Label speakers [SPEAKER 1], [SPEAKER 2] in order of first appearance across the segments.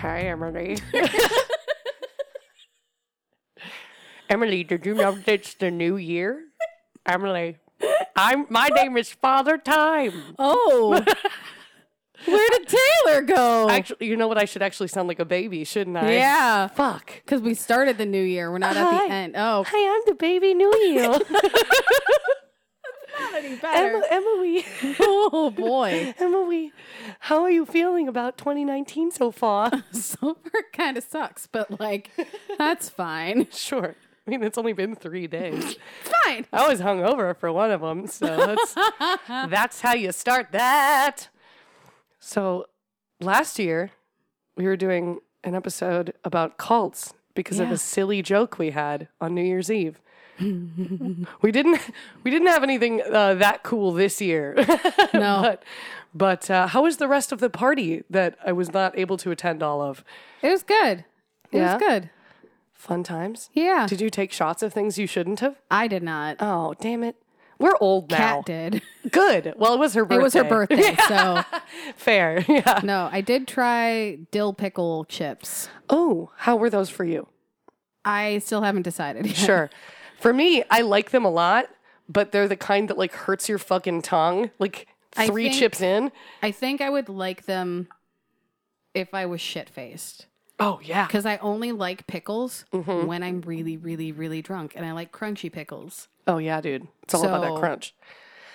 [SPEAKER 1] Hi, Emily. Emily, did you know it's the new year? Emily, I'm. My name is Father Time.
[SPEAKER 2] Oh. Where did Taylor go?
[SPEAKER 1] Actually, you know what? I should actually sound like a baby, shouldn't I?
[SPEAKER 2] yeah.
[SPEAKER 1] Fuck.
[SPEAKER 2] Because we started the new year. We're not
[SPEAKER 1] Hi.
[SPEAKER 2] at the end. Oh,
[SPEAKER 1] Hi, I'm the baby new year.
[SPEAKER 2] better.
[SPEAKER 1] Emily.
[SPEAKER 2] oh boy.
[SPEAKER 1] Emily, how are you feeling about 2019 so far?
[SPEAKER 2] Silver kind of sucks, but like, that's fine.
[SPEAKER 1] sure. I mean, it's only been three days.
[SPEAKER 2] Fine.
[SPEAKER 1] I was hungover for one of them, so that's, that's how you start that. So last year, we were doing an episode about cults because of
[SPEAKER 2] Yeah.
[SPEAKER 1] a silly joke we had on New Year's Eve. we didn't we didn't have anything uh, that cool this year.
[SPEAKER 2] No.
[SPEAKER 1] but but uh, how was the rest of the party that I was not able to attend all of?
[SPEAKER 2] It was good. It
[SPEAKER 1] Yeah?
[SPEAKER 2] was good.
[SPEAKER 1] Fun times.
[SPEAKER 2] Yeah.
[SPEAKER 1] Did you take shots of things you shouldn't have?
[SPEAKER 2] I did not.
[SPEAKER 1] Oh, damn it. We're old now.
[SPEAKER 2] Cat did.
[SPEAKER 1] Good. Well, it was her
[SPEAKER 2] It
[SPEAKER 1] birthday.
[SPEAKER 2] was her birthday, so
[SPEAKER 1] Fair. Yeah.
[SPEAKER 2] no. I did try dill pickle chips.
[SPEAKER 1] Oh, how were those for you?
[SPEAKER 2] I still haven't decided. Yet.
[SPEAKER 1] Sure. for me, I like them a lot, but they're the kind that like hurts your fucking tongue. Like
[SPEAKER 2] I
[SPEAKER 1] three
[SPEAKER 2] think-
[SPEAKER 1] chips in.
[SPEAKER 2] I think I would like them if I was shit faced.
[SPEAKER 1] Oh yeah.
[SPEAKER 2] Because I only like pickles
[SPEAKER 1] Mm-hmm.
[SPEAKER 2] when I'm really, really, really drunk, and I like crunchy pickles.
[SPEAKER 1] Oh yeah, dude. It's all about that
[SPEAKER 2] So-
[SPEAKER 1] crunch.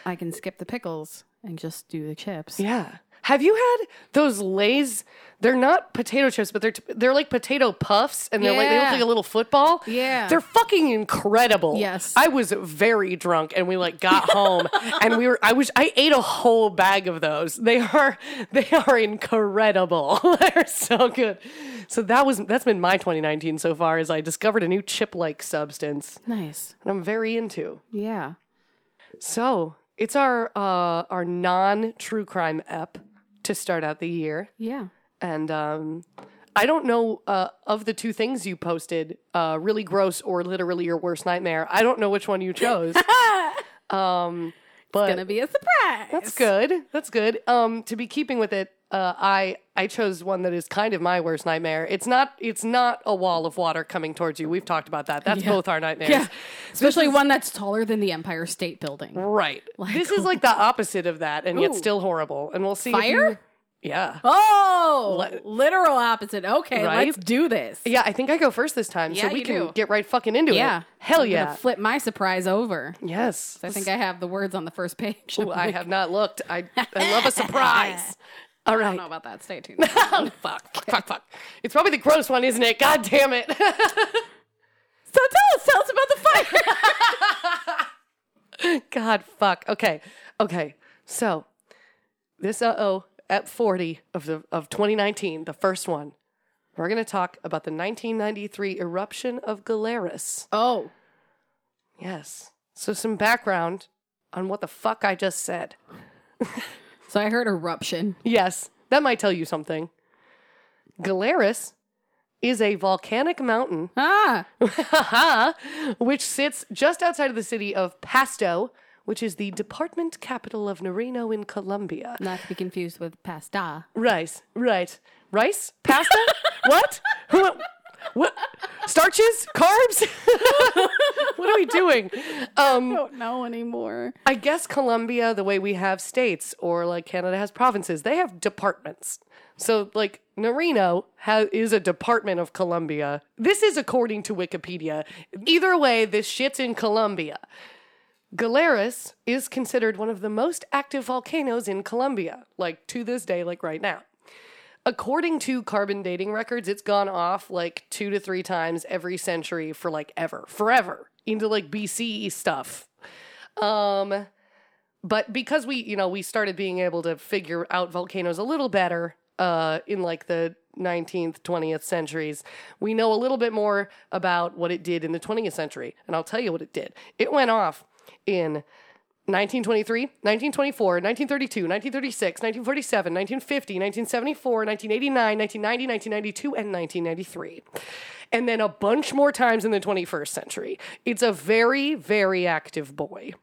[SPEAKER 2] I can skip the pickles and just do the chips.
[SPEAKER 1] Yeah. Have you had those Lay's? They're not potato chips, but they're t- they're like potato puffs, and they're like they look
[SPEAKER 2] Yeah.
[SPEAKER 1] like a little football.
[SPEAKER 2] Yeah.
[SPEAKER 1] they're fucking incredible.
[SPEAKER 2] Yes.
[SPEAKER 1] I was very drunk, and we like got home, and we were I was I ate a whole bag of those. They are they are incredible. they're so good. So that was that's been my 2019 so far. Is I discovered a new chip like substance,
[SPEAKER 2] Nice.
[SPEAKER 1] and I'm very into.
[SPEAKER 2] Yeah.
[SPEAKER 1] So it's our uh, our non true crime ep to start out the year,
[SPEAKER 2] Yeah.
[SPEAKER 1] and um, I don't know uh, of the two things you posted, uh, really gross or literally your worst nightmare. I don't know which one you chose. um, but
[SPEAKER 2] Gonna be a surprise.
[SPEAKER 1] that's good. That's good. Um, to be keeping with it, uh, I I chose one that is kind of my worst nightmare. It's not it's not a wall of water coming towards you. We've talked about that. That's both our nightmares.
[SPEAKER 2] Yeah. Especially one that's taller than the Empire State Building.
[SPEAKER 1] Right. this is like the opposite of that, and yet still horrible. And we'll see. if
[SPEAKER 2] Fire?
[SPEAKER 1] you- yeah.
[SPEAKER 2] Oh, literal opposite. Okay,
[SPEAKER 1] Right?
[SPEAKER 2] let's do this.
[SPEAKER 1] Yeah, I think I go first this time, so
[SPEAKER 2] Yeah,
[SPEAKER 1] we
[SPEAKER 2] you
[SPEAKER 1] can
[SPEAKER 2] do.
[SPEAKER 1] get right fucking into
[SPEAKER 2] Yeah.
[SPEAKER 1] it. Hell
[SPEAKER 2] I'm gonna
[SPEAKER 1] yeah.
[SPEAKER 2] flip my surprise over.
[SPEAKER 1] yes.
[SPEAKER 2] I think I have the words on the first page.
[SPEAKER 1] Ooh, I have not looked. I, I love a surprise. All
[SPEAKER 2] I
[SPEAKER 1] right.
[SPEAKER 2] don't know about that. Stay tuned.
[SPEAKER 1] Oh, fuck, fuck, fuck, fuck. It's probably the gross one, isn't it? God damn it.
[SPEAKER 2] So tell us, tell us about the fire.
[SPEAKER 1] God, fuck. Okay. Okay. So, this uh oh, at 40 of, the, of 2019, the first one, we're going to talk about the 1993 eruption of Galeris.
[SPEAKER 2] oh,
[SPEAKER 1] Yes. So some background on what the fuck I just said.
[SPEAKER 2] so I heard eruption.
[SPEAKER 1] Yes, that might tell you something. Galeris is a volcanic mountain
[SPEAKER 2] Ah,
[SPEAKER 1] which sits just outside of the city of Pasto, which is the department capital of Narino in Colombia.
[SPEAKER 2] not to be confused with pasta.
[SPEAKER 1] Rice, right. Rice? Pasta? what? Who- What? Starches? Carbs? what are we doing? Um,
[SPEAKER 2] Don't know anymore.
[SPEAKER 1] I guess Colombia, the way we have states, or like Canada has provinces, they have departments. So, like, Narino ha- is a department of Colombia. This is according to Wikipedia. Either way, this shit's in Colombia. Galeras is considered one of the most active volcanoes in Colombia, like to this day, like right now. According to carbon dating records, it's gone off like two to three times every century for like ever, forever, into like BCE stuff. Um, but because we, you know, we started being able to figure out volcanoes a little better uh, in like the 19th, 20th centuries, we know a little bit more about what it did in the 20th century. And I'll tell you what it did. It went off in 1923, 1924, 1932, 1936, 1947, 1950, 1974, 1989, 1990, 1992, and 1993. And then a bunch more times in the 21st century. It's a very, very active boy.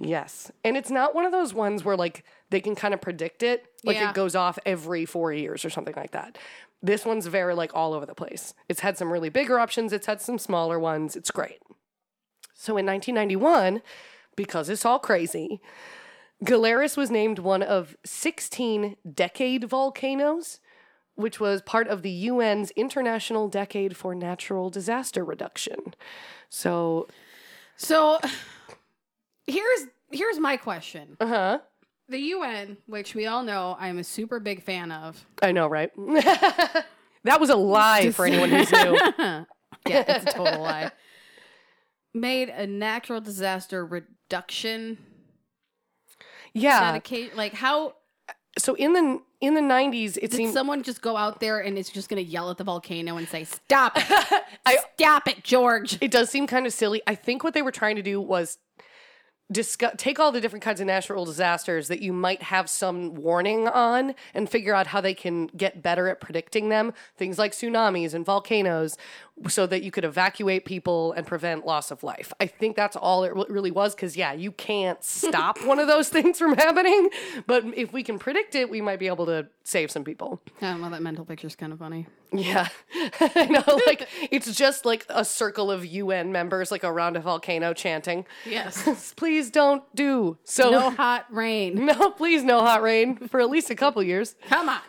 [SPEAKER 1] Yes. And it's not one of those ones where like they can kind of predict it. Like
[SPEAKER 2] Yeah.
[SPEAKER 1] it goes off every four years or something like that. This one's very like all over the place. It's had some really bigger options, it's had some smaller ones. It's great. So in 1991, because it's all crazy, Galeris was named one of 16 decade volcanoes, which was part of the UN's International Decade for Natural Disaster Reduction. So,
[SPEAKER 2] So here's here's my question.
[SPEAKER 1] uh huh.
[SPEAKER 2] The UN, which we all know I'm a super big fan of.
[SPEAKER 1] I know, right? that was a lie for anyone who's new.
[SPEAKER 2] yeah, it's a total lie. Made a natural disaster reduction
[SPEAKER 1] Yeah.
[SPEAKER 2] dedication. Like how
[SPEAKER 1] So in the in the nineties, it
[SPEAKER 2] did
[SPEAKER 1] seemed
[SPEAKER 2] someone just go out there and it's just gonna yell at the volcano and say, Stop it,
[SPEAKER 1] I,
[SPEAKER 2] stop it, George.
[SPEAKER 1] it does seem kind of silly. I think what they were trying to do was discuss take all the different kinds of natural disasters that you might have some warning on and figure out how they can get better at predicting them things like tsunamis and volcanoes so that you could evacuate people and prevent loss of life i think that's all it re- really was because yeah you can't stop one of those things from happening but if we can predict it we might be able to save some people
[SPEAKER 2] Oh, well that mental picture's kinda funny.
[SPEAKER 1] yeah. I know, like, it's just like a circle of UN members, like around a volcano chanting,
[SPEAKER 2] Yes.
[SPEAKER 1] please don't do. So,
[SPEAKER 2] No
[SPEAKER 1] no,
[SPEAKER 2] hot rain.
[SPEAKER 1] please, no hot rain for at least a couple years.
[SPEAKER 2] Come on.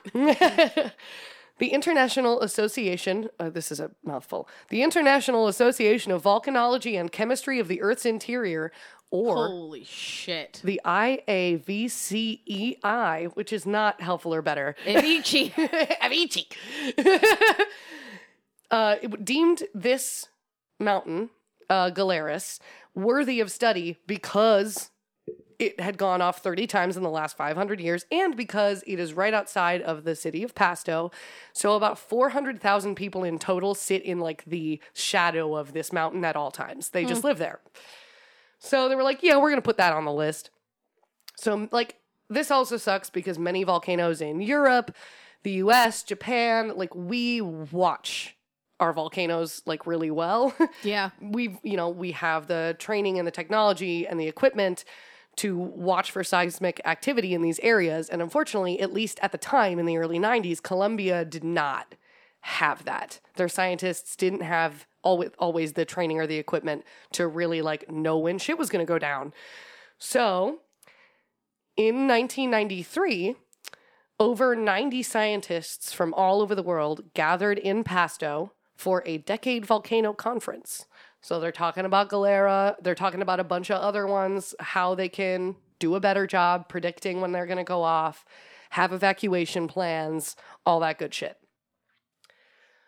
[SPEAKER 1] The International Association, uh, this is a mouthful, the International Association of Volcanology and Chemistry of the Earth's Interior, or.
[SPEAKER 2] Holy shit.
[SPEAKER 1] The IAVCEI, E which is not helpful or better,
[SPEAKER 2] Avicii. Avicii.
[SPEAKER 1] uh, it w- deemed this mountain, uh, Galeris, worthy of study because it had gone off 30 times in the last 500 years and because it is right outside of the city of Pasto. So, about 400,000 people in total sit in like the shadow of this mountain at all times. They just live there. So, they were like, yeah, we're going to put that on the list. So, like, this also sucks because many volcanoes in Europe, the US, Japan, like, we watch our volcanoes like really well.
[SPEAKER 2] Yeah.
[SPEAKER 1] We've, you know, we have the training and the technology and the equipment to watch for seismic activity in these areas. And unfortunately, at least at the time in the early 90s, Colombia did not have that. Their scientists didn't have always, always the training or the equipment to really like know when shit was going to go down. So, in 1993, over 90 scientists from all over the world gathered in Pasto for a decade volcano conference. So they're talking about Galera, they're talking about a bunch of other ones, how they can do a better job predicting when they're going to go off, have evacuation plans, all that good shit.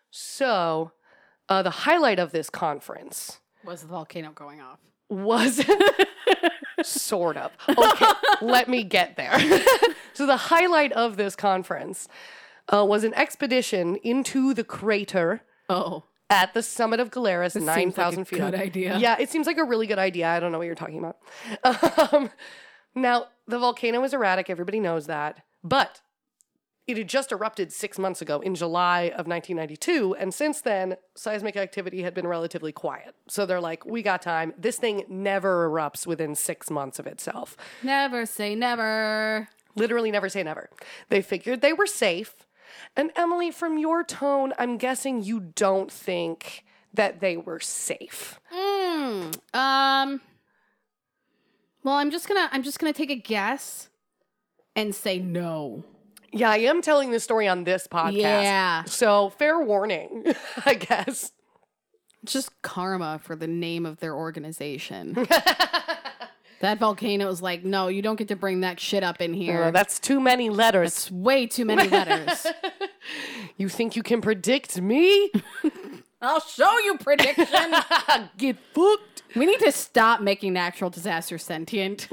[SPEAKER 1] So, uh, the highlight of this conference
[SPEAKER 2] Was the volcano going off?
[SPEAKER 1] was sort of. Okay, let me get there. so the highlight of this conference uh, was an expedition into the crater
[SPEAKER 2] Oh.
[SPEAKER 1] at the summit of Galeras, nine thousand
[SPEAKER 2] like a
[SPEAKER 1] feet.
[SPEAKER 2] good
[SPEAKER 1] up.
[SPEAKER 2] idea.
[SPEAKER 1] Yeah, it seems like a really good idea. I don't know what you're talking about. Um, now the volcano is erratic. Everybody knows that, but it had just erupted six months ago in July of 1992, and since then seismic activity had been relatively quiet. So they're like, we got time. This thing never erupts within six months of itself
[SPEAKER 2] Never say never.
[SPEAKER 1] literally never say never. They figured they were safe. And Emily, from your tone, I'm guessing you don't think that they were safe.
[SPEAKER 2] Mm, um. Well, I'm just gonna I'm just gonna take a guess and say no.
[SPEAKER 1] Yeah, I am telling this story on this podcast.
[SPEAKER 2] Yeah.
[SPEAKER 1] So, fair warning, I guess.
[SPEAKER 2] It's just karma for the name of their organization. that volcano is like, no, you don't get to bring that shit up in here.
[SPEAKER 1] Uh, that's too many letters.
[SPEAKER 2] it's way too many letters.
[SPEAKER 1] You think you can predict me?
[SPEAKER 2] I'll show you prediction.
[SPEAKER 1] Get booked.
[SPEAKER 2] we need to stop making natural disaster sentient.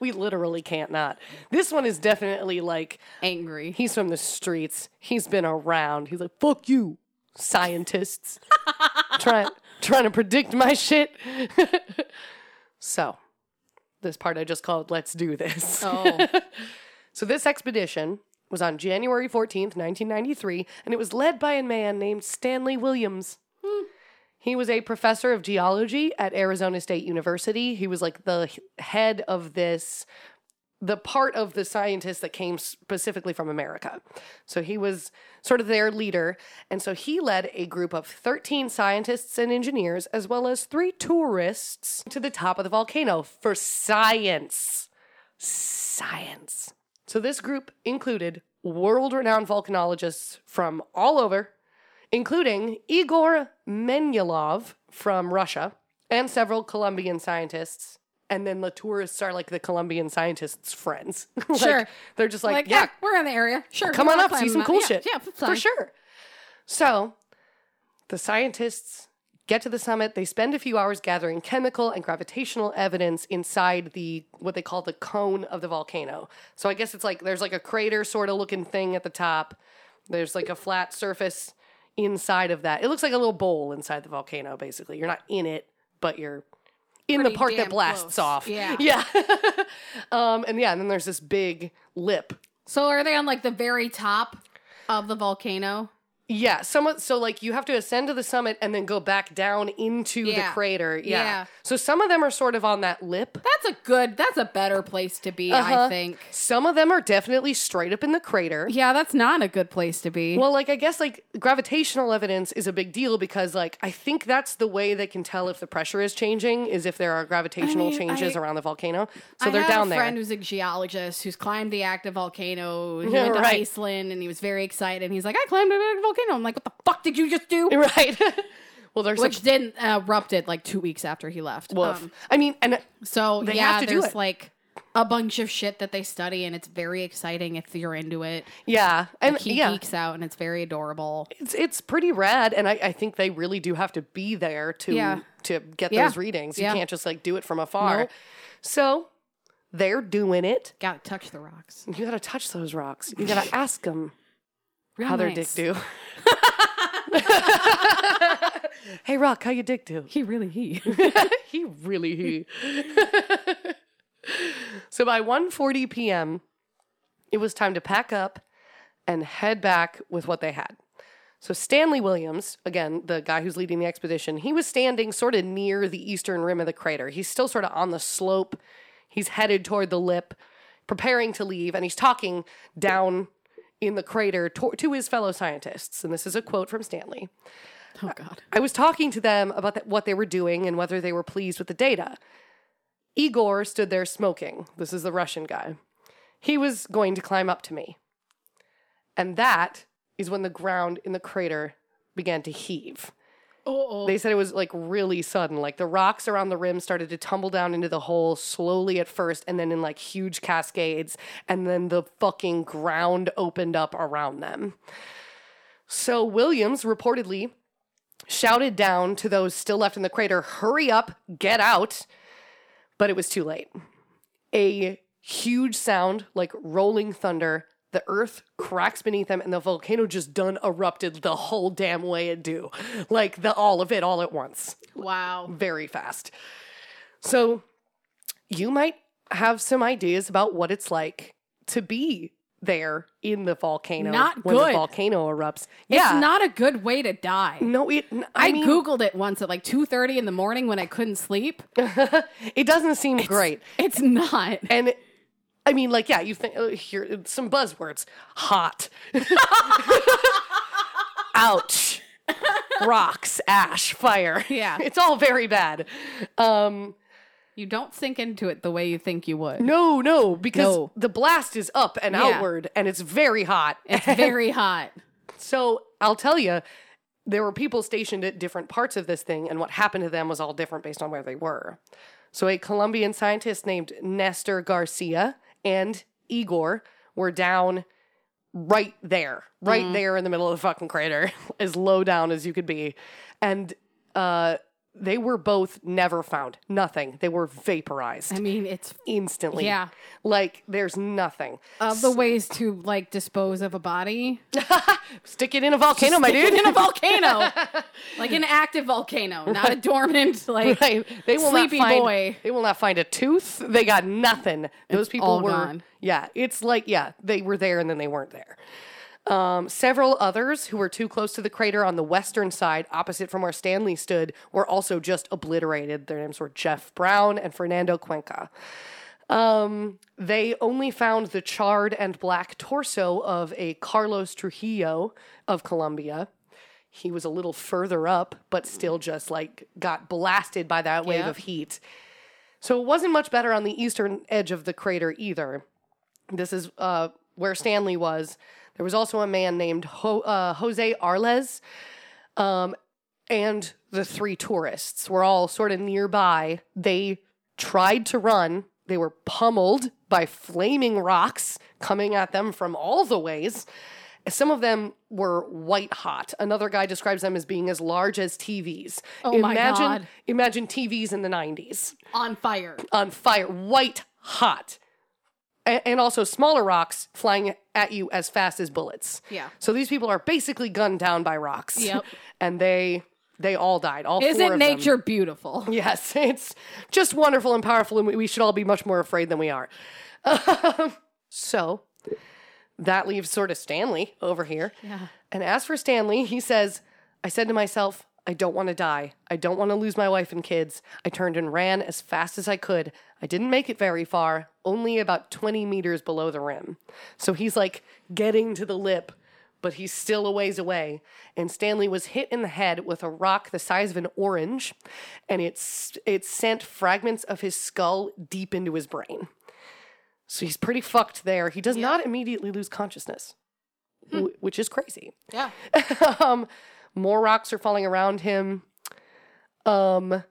[SPEAKER 1] we literally can't not. This one is definitely like
[SPEAKER 2] Angry.
[SPEAKER 1] He's from the streets. He's been around. He's like, fuck you, scientists. trying trying to predict my shit. so this part I just called Let's Do This.
[SPEAKER 2] Oh.
[SPEAKER 1] So this expedition was on January 14th, 1993, and it was led by a man named Stanley Williams. He was a professor of geology at Arizona State University. He was like the h- head of this, the part of the scientists that came specifically from America. So he was sort of their leader. And so he led a group of 13 scientists and engineers, as well as three tourists, to the top of the volcano for science. Science. So this group included world renowned volcanologists from all over including Igor Menelov from Russia and several Colombian scientists. And then the tourists are like the Colombian scientists' friends. Like,
[SPEAKER 2] Sure.
[SPEAKER 1] They're just like,
[SPEAKER 2] Like, yeah,
[SPEAKER 1] yeah,
[SPEAKER 2] we're in the area. Sure.
[SPEAKER 1] come
[SPEAKER 2] we're
[SPEAKER 1] on
[SPEAKER 2] not
[SPEAKER 1] up, see
[SPEAKER 2] climbing
[SPEAKER 1] some
[SPEAKER 2] the
[SPEAKER 1] cool
[SPEAKER 2] mountain.
[SPEAKER 1] shit.
[SPEAKER 2] Yeah, yeah,
[SPEAKER 1] for sure. So the scientists get to the summit. They spend a few hours gathering chemical and gravitational evidence inside the what they call the cone of the volcano. So I guess it's like there's like a crater sort of looking thing at the top. There's like a flat surface inside of that. It looks like a little bowl inside the volcano, basically. You're not in it, but you're in the
[SPEAKER 2] Pretty
[SPEAKER 1] part that
[SPEAKER 2] damn
[SPEAKER 1] blasts
[SPEAKER 2] close.
[SPEAKER 1] off.
[SPEAKER 2] Yeah.
[SPEAKER 1] Yeah. um, and yeah, and then there's this big lip
[SPEAKER 2] So are they on like the very top of the volcano?
[SPEAKER 1] Yeah, somewhat. So, like, you have to ascend to the summit and then go back down into
[SPEAKER 2] Yeah.
[SPEAKER 1] the crater. Yeah.
[SPEAKER 2] Yeah.
[SPEAKER 1] So, some of them are sort of on that lip.
[SPEAKER 2] That's a good. That's a better place to be, I
[SPEAKER 1] Uh-huh.
[SPEAKER 2] think.
[SPEAKER 1] Some of them are definitely straight up in the crater.
[SPEAKER 2] Yeah, that's not a good place to be.
[SPEAKER 1] Well, like, I guess, like, gravitational evidence is a big deal because, like, I think that's the way they can tell if the pressure is changing is if there are gravitational
[SPEAKER 2] mean,
[SPEAKER 1] changes
[SPEAKER 2] I-
[SPEAKER 1] around the volcano. So,
[SPEAKER 2] I
[SPEAKER 1] they're
[SPEAKER 2] had
[SPEAKER 1] down
[SPEAKER 2] a
[SPEAKER 1] there.
[SPEAKER 2] friend who's a geologist who's climbed the active volcano. He
[SPEAKER 1] Yeah,
[SPEAKER 2] went to
[SPEAKER 1] right.
[SPEAKER 2] Iceland and he was very excited. And he's like, I climbed an active volcano. I'm like, what the fuck did you just do?
[SPEAKER 1] right. well, there's
[SPEAKER 2] Which didn't erupted like two weeks after he left.
[SPEAKER 1] woof.
[SPEAKER 2] Um,
[SPEAKER 1] I mean, and
[SPEAKER 2] so
[SPEAKER 1] They
[SPEAKER 2] yeah,
[SPEAKER 1] have to do
[SPEAKER 2] there's
[SPEAKER 1] it.
[SPEAKER 2] like a bunch of shit that they study, and it's very exciting if you're into it.
[SPEAKER 1] yeah. And
[SPEAKER 2] He
[SPEAKER 1] yeah.
[SPEAKER 2] geeks out, and it's very adorable.
[SPEAKER 1] it's it's pretty rad, and I, I think they really do have to be there to
[SPEAKER 2] Yeah.
[SPEAKER 1] to get
[SPEAKER 2] Yeah.
[SPEAKER 1] those readings. You
[SPEAKER 2] Yeah.
[SPEAKER 1] can't just like do it from afar.
[SPEAKER 2] Nope.
[SPEAKER 1] So they're doing it.
[SPEAKER 2] Got to touch the rocks.
[SPEAKER 1] You gotta touch those rocks. You gotta ask them
[SPEAKER 2] Real
[SPEAKER 1] how their dick
[SPEAKER 2] Oh, nice.
[SPEAKER 1] do. hey Rock, how your dick do?
[SPEAKER 2] He really he.
[SPEAKER 1] he really he. so by 1:40 p.m., it was time to pack up and head back with what they had. So Stanley Williams, again, the guy who's leading the expedition, he was standing sort of near the eastern rim of the crater. He's still sort of on the slope. He's headed toward the lip, preparing to leave, and he's talking down in the crater to, to his fellow scientists. And this is a quote from Stanley.
[SPEAKER 2] oh God.
[SPEAKER 1] I was talking to them about th- what they were doing and whether they were pleased with the data. Igor stood there smoking. This is the Russian guy. He was going to climb up to me. And that is when the ground in the crater began to heave.
[SPEAKER 2] Oh,
[SPEAKER 1] They said it was like really sudden. Like the rocks around the rim started to tumble down into the hole slowly at first and then in like huge cascades. And then the fucking ground opened up around them. So Williams reportedly shouted down to those still left in the crater, hurry up, get out. But it was too late. A huge sound like rolling thunder. The earth cracks beneath them, and the volcano just done erupted the whole damn way it do. Like the all of it all at once
[SPEAKER 2] wow.
[SPEAKER 1] very fast. So you might have some ideas about what it's like to be there in the volcano
[SPEAKER 2] Not
[SPEAKER 1] when the
[SPEAKER 2] good.
[SPEAKER 1] volcano erupts. yeah.
[SPEAKER 2] It's not a good way to die.
[SPEAKER 1] no, it n- I,
[SPEAKER 2] I,
[SPEAKER 1] mean
[SPEAKER 2] googled it once at like 2:30 in the morning when I couldn't sleep.
[SPEAKER 1] it doesn't seem great.
[SPEAKER 2] It's not.
[SPEAKER 1] And I mean like yeah, you think uh, here some buzzwords. Hot. Ouch. Rocks, ash, fire.
[SPEAKER 2] Yeah.
[SPEAKER 1] It's all very bad. Um
[SPEAKER 2] You don't sink into it the way you think you would.
[SPEAKER 1] No, no, because
[SPEAKER 2] No.
[SPEAKER 1] the blast is up and
[SPEAKER 2] Yeah.
[SPEAKER 1] outward and it's very hot.
[SPEAKER 2] It's very hot.
[SPEAKER 1] so I'll tell you, there were people stationed at different parts of this thing, and what happened to them was all different based on where they were. So a Colombian scientist named Nestor Garcia and Igor were down right there, right there in the middle of the fucking crater, as low down as you could be. And uh, they were both never found. Nothing. They were vaporized
[SPEAKER 2] I mean, it's
[SPEAKER 1] instantly.
[SPEAKER 2] Yeah.
[SPEAKER 1] Like there's nothing.
[SPEAKER 2] of the ways to like dispose of a body.
[SPEAKER 1] Stick it in a volcano, my dude.
[SPEAKER 2] in a volcano. like an active volcano, not a dormant like
[SPEAKER 1] Right. They will
[SPEAKER 2] Sleepy
[SPEAKER 1] not find,
[SPEAKER 2] boy.
[SPEAKER 1] They will not find a tooth. They got nothing. Those people
[SPEAKER 2] all
[SPEAKER 1] were
[SPEAKER 2] gone.
[SPEAKER 1] Yeah. It's like, yeah, they were there and then they weren't there. Um, several others who were too close to the crater on the western side, opposite from where Stanley stood, were also just obliterated. Their names were Jeff Brown and Fernando Cuenca. Um, they only found the charred and black torso of a Carlos Trujillo of Colombia. He was a little further up, but still just like got blasted by that wave
[SPEAKER 2] Yeah.
[SPEAKER 1] of heat. So it wasn't much better on the eastern edge of the crater either. This is uh, where Stanley was. There was also a man named Ho- uh, Jose Arles, um, and the three tourists were all sort of nearby. They tried to run. They were pummeled by flaming rocks coming at them from all the ways. Some of them were white hot. Another guy describes them as being as large as TVs.
[SPEAKER 2] Oh my
[SPEAKER 1] imagine,
[SPEAKER 2] God.
[SPEAKER 1] Imagine TVs in the 90s
[SPEAKER 2] on fire.
[SPEAKER 1] on um, fire, white hot, A- and also smaller rocks flying at you as fast as bullets.
[SPEAKER 2] Yeah.
[SPEAKER 1] So these people are basically gunned down by rocks.
[SPEAKER 2] Yep.
[SPEAKER 1] and they they all died. All four
[SPEAKER 2] Isn't
[SPEAKER 1] of
[SPEAKER 2] nature beautiful?
[SPEAKER 1] Them. Yes, it's just wonderful and powerful, and we- we should all be much more afraid than we are. Um, so that leaves sort of Stanley over here.
[SPEAKER 2] Yeah.
[SPEAKER 1] And as for Stanley, he says, I said to myself, I don't want to die. I don't want to lose my wife and kids. I turned and ran as fast as I could. I didn't make it very far, only about 20 meters below the rim. So he's like getting to the lip, but he's still a ways away. And Stanley was hit in the head with a rock the size of an orange, and it's it sent fragments of his skull deep into his brain. So he's pretty fucked there. He does not immediately lose consciousness, wh- which is crazy
[SPEAKER 2] Yeah.
[SPEAKER 1] um, more rocks are falling around him. Um,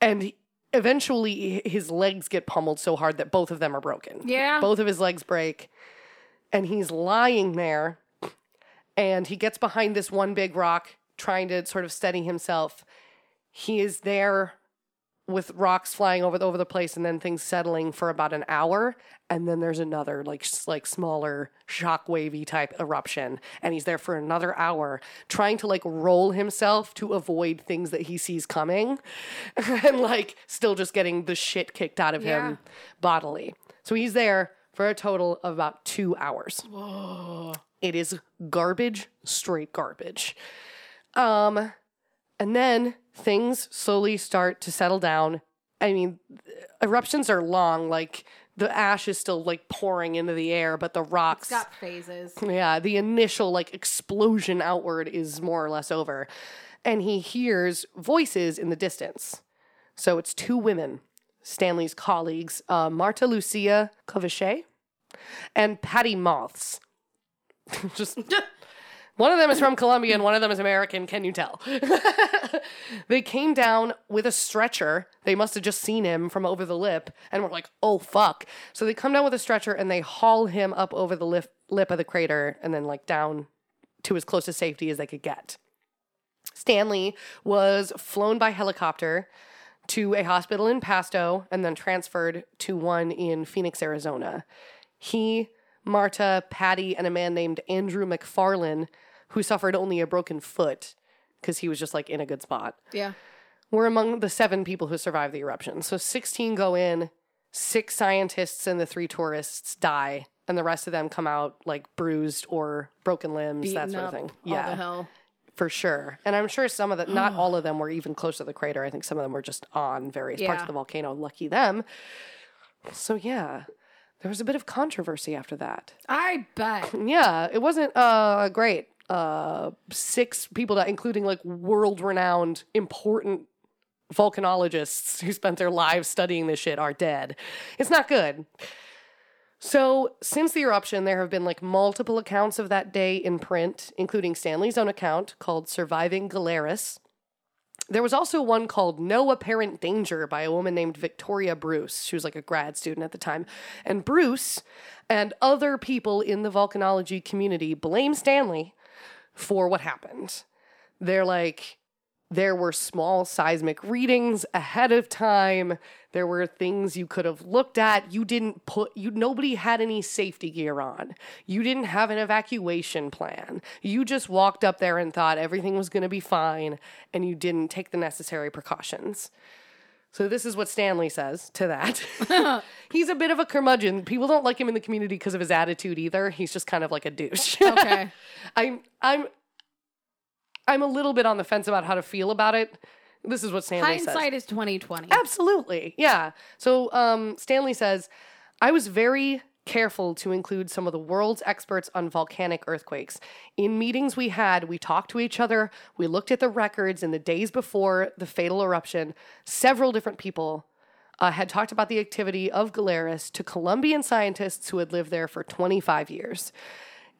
[SPEAKER 1] and he- eventually h- his legs get pummeled so hard that both of them are broken.
[SPEAKER 2] Yeah.
[SPEAKER 1] Both of his legs break. And he's lying there. And he gets behind this one big rock, trying to sort of steady himself. He is there with rocks flying over the, over the place and then things settling for about an hour and then there's another like s- like smaller shockwavy type eruption and he's there for another hour trying to like roll himself to avoid things that he sees coming and like still just getting the shit kicked out of
[SPEAKER 2] Yeah.
[SPEAKER 1] him bodily so he's there for a total of about 2 hours it is garbage, straight garbage. Um, and then things slowly start to settle down. I mean, eruptions are long, like the ash is still like pouring into the air, but the rocks.
[SPEAKER 2] Got phases.
[SPEAKER 1] Yeah, the initial like explosion outward is more or less over. And he hears voices in the distance. So it's two women, Stanley's colleagues, uh, Marta Lucia Covichet and Patty Moths. Just one of them is from Colombia and one of them is American. Can you tell? they came down with a stretcher. They must have just seen him from over the lip and were like, oh, fuck. So they come down with a stretcher and they haul him up over the lip, lip of the crater and then like down to as close to safety as they could get. Stanley was flown by helicopter to a hospital in Pasto and then transferred to one in Phoenix, Arizona. He, Marta, Patty, and a man named Andrew McFarlane, who suffered only a broken foot because he was just like in a good spot,
[SPEAKER 2] Yeah.
[SPEAKER 1] were among the seven people who survived the eruption. So 16 go in, six scientists and the three tourists die, and the rest of them come out like bruised or broken limbs, that
[SPEAKER 2] Beaten
[SPEAKER 1] sort
[SPEAKER 2] up,
[SPEAKER 1] of thing.
[SPEAKER 2] All the hell.
[SPEAKER 1] For sure. And I'm sure some of the, not all of them were even close to the crater. I think some of them were just on various parts
[SPEAKER 2] Yeah.
[SPEAKER 1] of the volcano. Lucky them. So, yeah, there was a bit of controversy after that.
[SPEAKER 2] I bet.
[SPEAKER 1] Yeah, it wasn't uh, great. Uh, six people, that, including like world renowned, important volcanologists who spent their lives studying this shit, are dead. It's not good. So, since the eruption, there have been like multiple accounts of that day in print, including Stanley's own account called Surviving Galeris. There was also one called No Apparent Danger by a woman named Victoria Bruce. She was like a grad student at the time. And Bruce and other people in the volcanology community blame Stanley for what happened. They're like, there were small seismic readings ahead of time. There were things you could have looked at. You didn't put you nobody had any safety gear on. You didn't have an evacuation plan. You just walked up there and thought everything was going to be fine and you didn't take the necessary precautions. So this is what Stanley says to that. He's a bit of a curmudgeon. People don't like him in the community because of his attitude either. He's just kind of like a douche.
[SPEAKER 2] Okay.
[SPEAKER 1] I'm I'm I'm a little bit on the fence about how to feel about it. This is what Stanley says. Oh.
[SPEAKER 2] Hindsight is twenty twenty.
[SPEAKER 1] Absolutely. Yeah. So um, Stanley says, I was very careful to include some of the world's experts on volcanic earthquakes. In meetings we had, we talked to each other, we looked at the records in the days before the fatal eruption. Several different people uh, had talked about the activity of Galeris to Colombian scientists who had lived there for 25 years.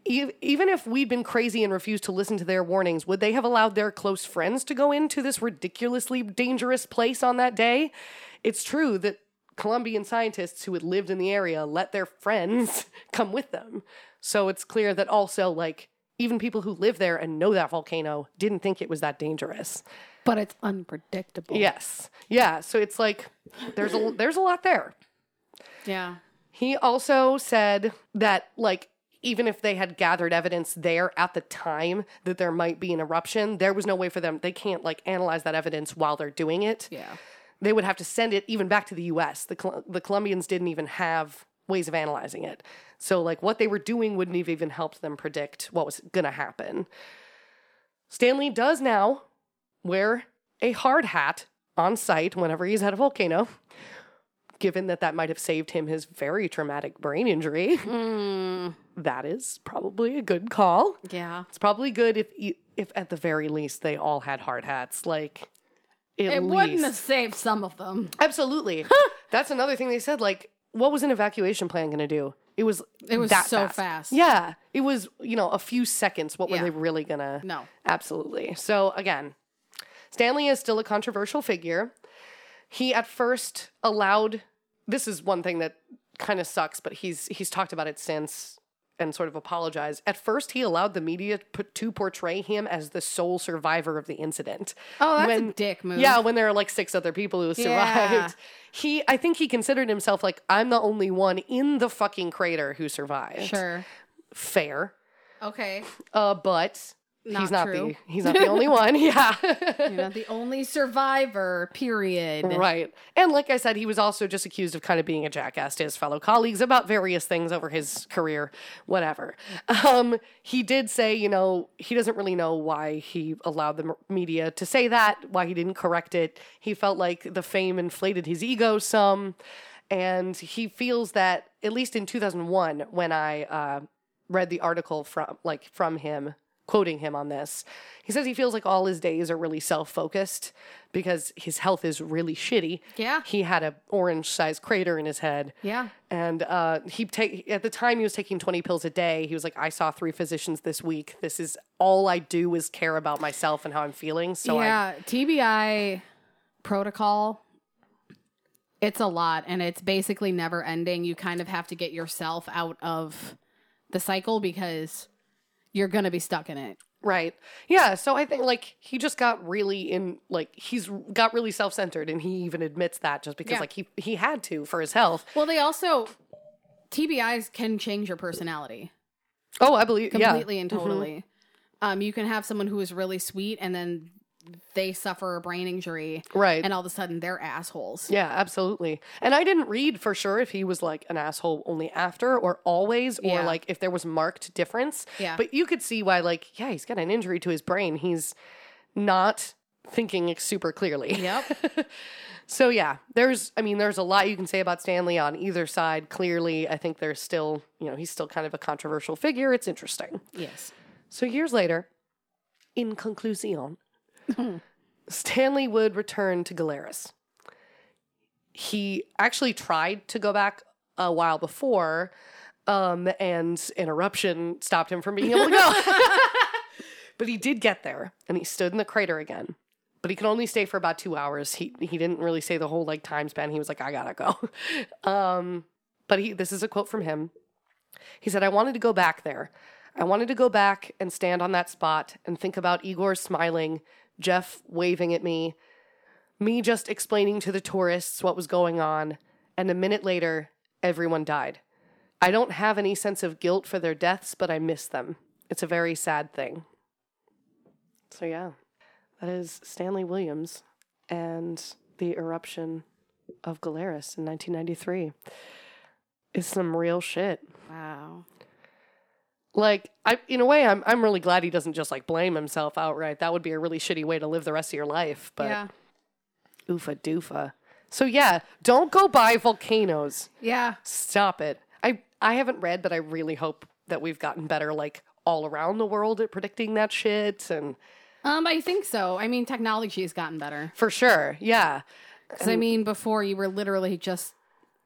[SPEAKER 1] E- Even if we'd been crazy and refused to listen to their warnings, would they have allowed their close friends to go into this ridiculously dangerous place on that day? It's true that Colombian scientists who had lived in the area let their friends come with them. So it's clear that also, like, even people who live there and know that volcano didn't think it was that dangerous.
[SPEAKER 2] But it's unpredictable.
[SPEAKER 1] Yes. Yeah. So it's like there's a there's a lot there.
[SPEAKER 2] Yeah.
[SPEAKER 1] He also said that like even if they had gathered evidence there at the time that there might be an eruption, there was no way for them. They can't like analyze that evidence while they're doing it.
[SPEAKER 2] Yeah.
[SPEAKER 1] They would have to send it even back to the U.S. The Col- the Colombians didn't even have ways of analyzing it. So like what they were doing wouldn't have even helped them predict what was going to happen. Stanley does now wear a hard hat on site whenever he's at a volcano, given that that might have saved him his very traumatic brain injury. That is probably a good call.
[SPEAKER 2] Yeah.
[SPEAKER 1] It's probably good if, e- if at the very least, they all had hard hats. Like, at
[SPEAKER 2] It
[SPEAKER 1] least.
[SPEAKER 2] wouldn't have saved some of them.
[SPEAKER 1] Absolutely. That's another thing they said. Like, what was an evacuation plan going to do? It was
[SPEAKER 2] It was
[SPEAKER 1] that
[SPEAKER 2] so
[SPEAKER 1] fast.
[SPEAKER 2] fast.
[SPEAKER 1] Yeah, it was you know a few seconds. What were
[SPEAKER 2] Yeah.
[SPEAKER 1] they really gonna?
[SPEAKER 2] No.
[SPEAKER 1] Absolutely. So again, Stanley is still a controversial figure. He at first allowed this is one thing that kind of sucks, but he's he's talked about it since and sort of apologized. At first, he allowed the media p- to portray him as the sole survivor of the incident.
[SPEAKER 2] Oh, that's
[SPEAKER 1] When-
[SPEAKER 2] a dick move.
[SPEAKER 1] Yeah, when there are like six other people who
[SPEAKER 2] Mm-hmm. Yeah.
[SPEAKER 1] survived. He I think he considered himself like I'm the only one in the fucking crater who survived.
[SPEAKER 2] Sure.
[SPEAKER 1] Fair.
[SPEAKER 2] Okay.
[SPEAKER 1] Uh but he's
[SPEAKER 2] Not
[SPEAKER 1] not
[SPEAKER 2] true.
[SPEAKER 1] the he's not the only one. Yeah.
[SPEAKER 2] You're not the only survivor, period.
[SPEAKER 1] Right. And like I said, he was also just accused of kind of being a jackass to his fellow colleagues about various things over his career, whatever. Um, he did say, you know, he doesn't really know why he allowed the m- media to say that, why he didn't correct it. He felt like the fame inflated his ego some. And he feels that, at least in 2001, when I uh, read the article from like from him quoting him on this he says he feels like all his days are really self-focused because his health is really shitty
[SPEAKER 2] Yeah.
[SPEAKER 1] he had a orange sized crater in his head
[SPEAKER 2] Yeah.
[SPEAKER 1] and uh, he take at the time he was taking 20 pills a day he was like i saw three physicians this week this is all i do is care about myself and how i'm feeling so i
[SPEAKER 2] yeah, TBI protocol. It's a lot and it's basically never ending. You kind of have to get yourself out of the cycle because you're going to be stuck in it.
[SPEAKER 1] right yeah so i think like he just got really in like he's got really self-centered and he even admits that just because
[SPEAKER 2] Yeah.
[SPEAKER 1] like he he had to for his health
[SPEAKER 2] Well, they also TBIs can change your personality
[SPEAKER 1] oh i believe yeah Mm-hmm.
[SPEAKER 2] completely and totally. Um, you can have someone who is really sweet and then they suffer a brain injury
[SPEAKER 1] Right.
[SPEAKER 2] and all of a sudden they're assholes.
[SPEAKER 1] yeah, absolutely. And I didn't read for sure if he was like an asshole only after or always or
[SPEAKER 2] Yeah.
[SPEAKER 1] like if there was marked difference.
[SPEAKER 2] Yeah.
[SPEAKER 1] But you could see why like yeah, he's got an injury to his brain. He's not thinking super clearly.
[SPEAKER 2] Yep.
[SPEAKER 1] So yeah, there's I mean there's a lot you can say about Stanley on either side. Clearly, I think there's still, you know, he's still kind of a controversial figure. It's interesting.
[SPEAKER 2] yes.
[SPEAKER 1] So years later, in conclusion, Stanley would return to Galeris. He actually tried to go back a while before, um, and an eruption stopped him from being able to go. but he did get there, and he stood in the crater again. But he could only stay for about two hours. He he didn't really say the whole like time span. He was like, I gotta go. um, but he this is a quote from him. He said, I wanted to go back there. I wanted to go back and stand on that spot and think about Igor smiling, Jeff waving at me, me just explaining to the tourists what was going on, and a minute later, everyone died. I don't have any sense of guilt for their deaths, but I miss them. It's a very sad thing. So, yeah, that is Stanley Williams. And the eruption of Galeris in 1993 is some real shit.
[SPEAKER 2] Wow.
[SPEAKER 1] Like I in a way I'm I'm really glad he doesn't just like blame himself outright. That would be a really shitty way to live the rest of your life, but
[SPEAKER 2] yeah.
[SPEAKER 1] oofa doofa. So yeah, don't go buy volcanoes.
[SPEAKER 2] Yeah.
[SPEAKER 1] Stop it. I I haven't read, but I really hope that we've gotten better like all around the world at predicting that shit and
[SPEAKER 2] Um, I think so. I mean, technology has gotten better.
[SPEAKER 1] for sure. Yeah.
[SPEAKER 2] Because I mean, before you were literally just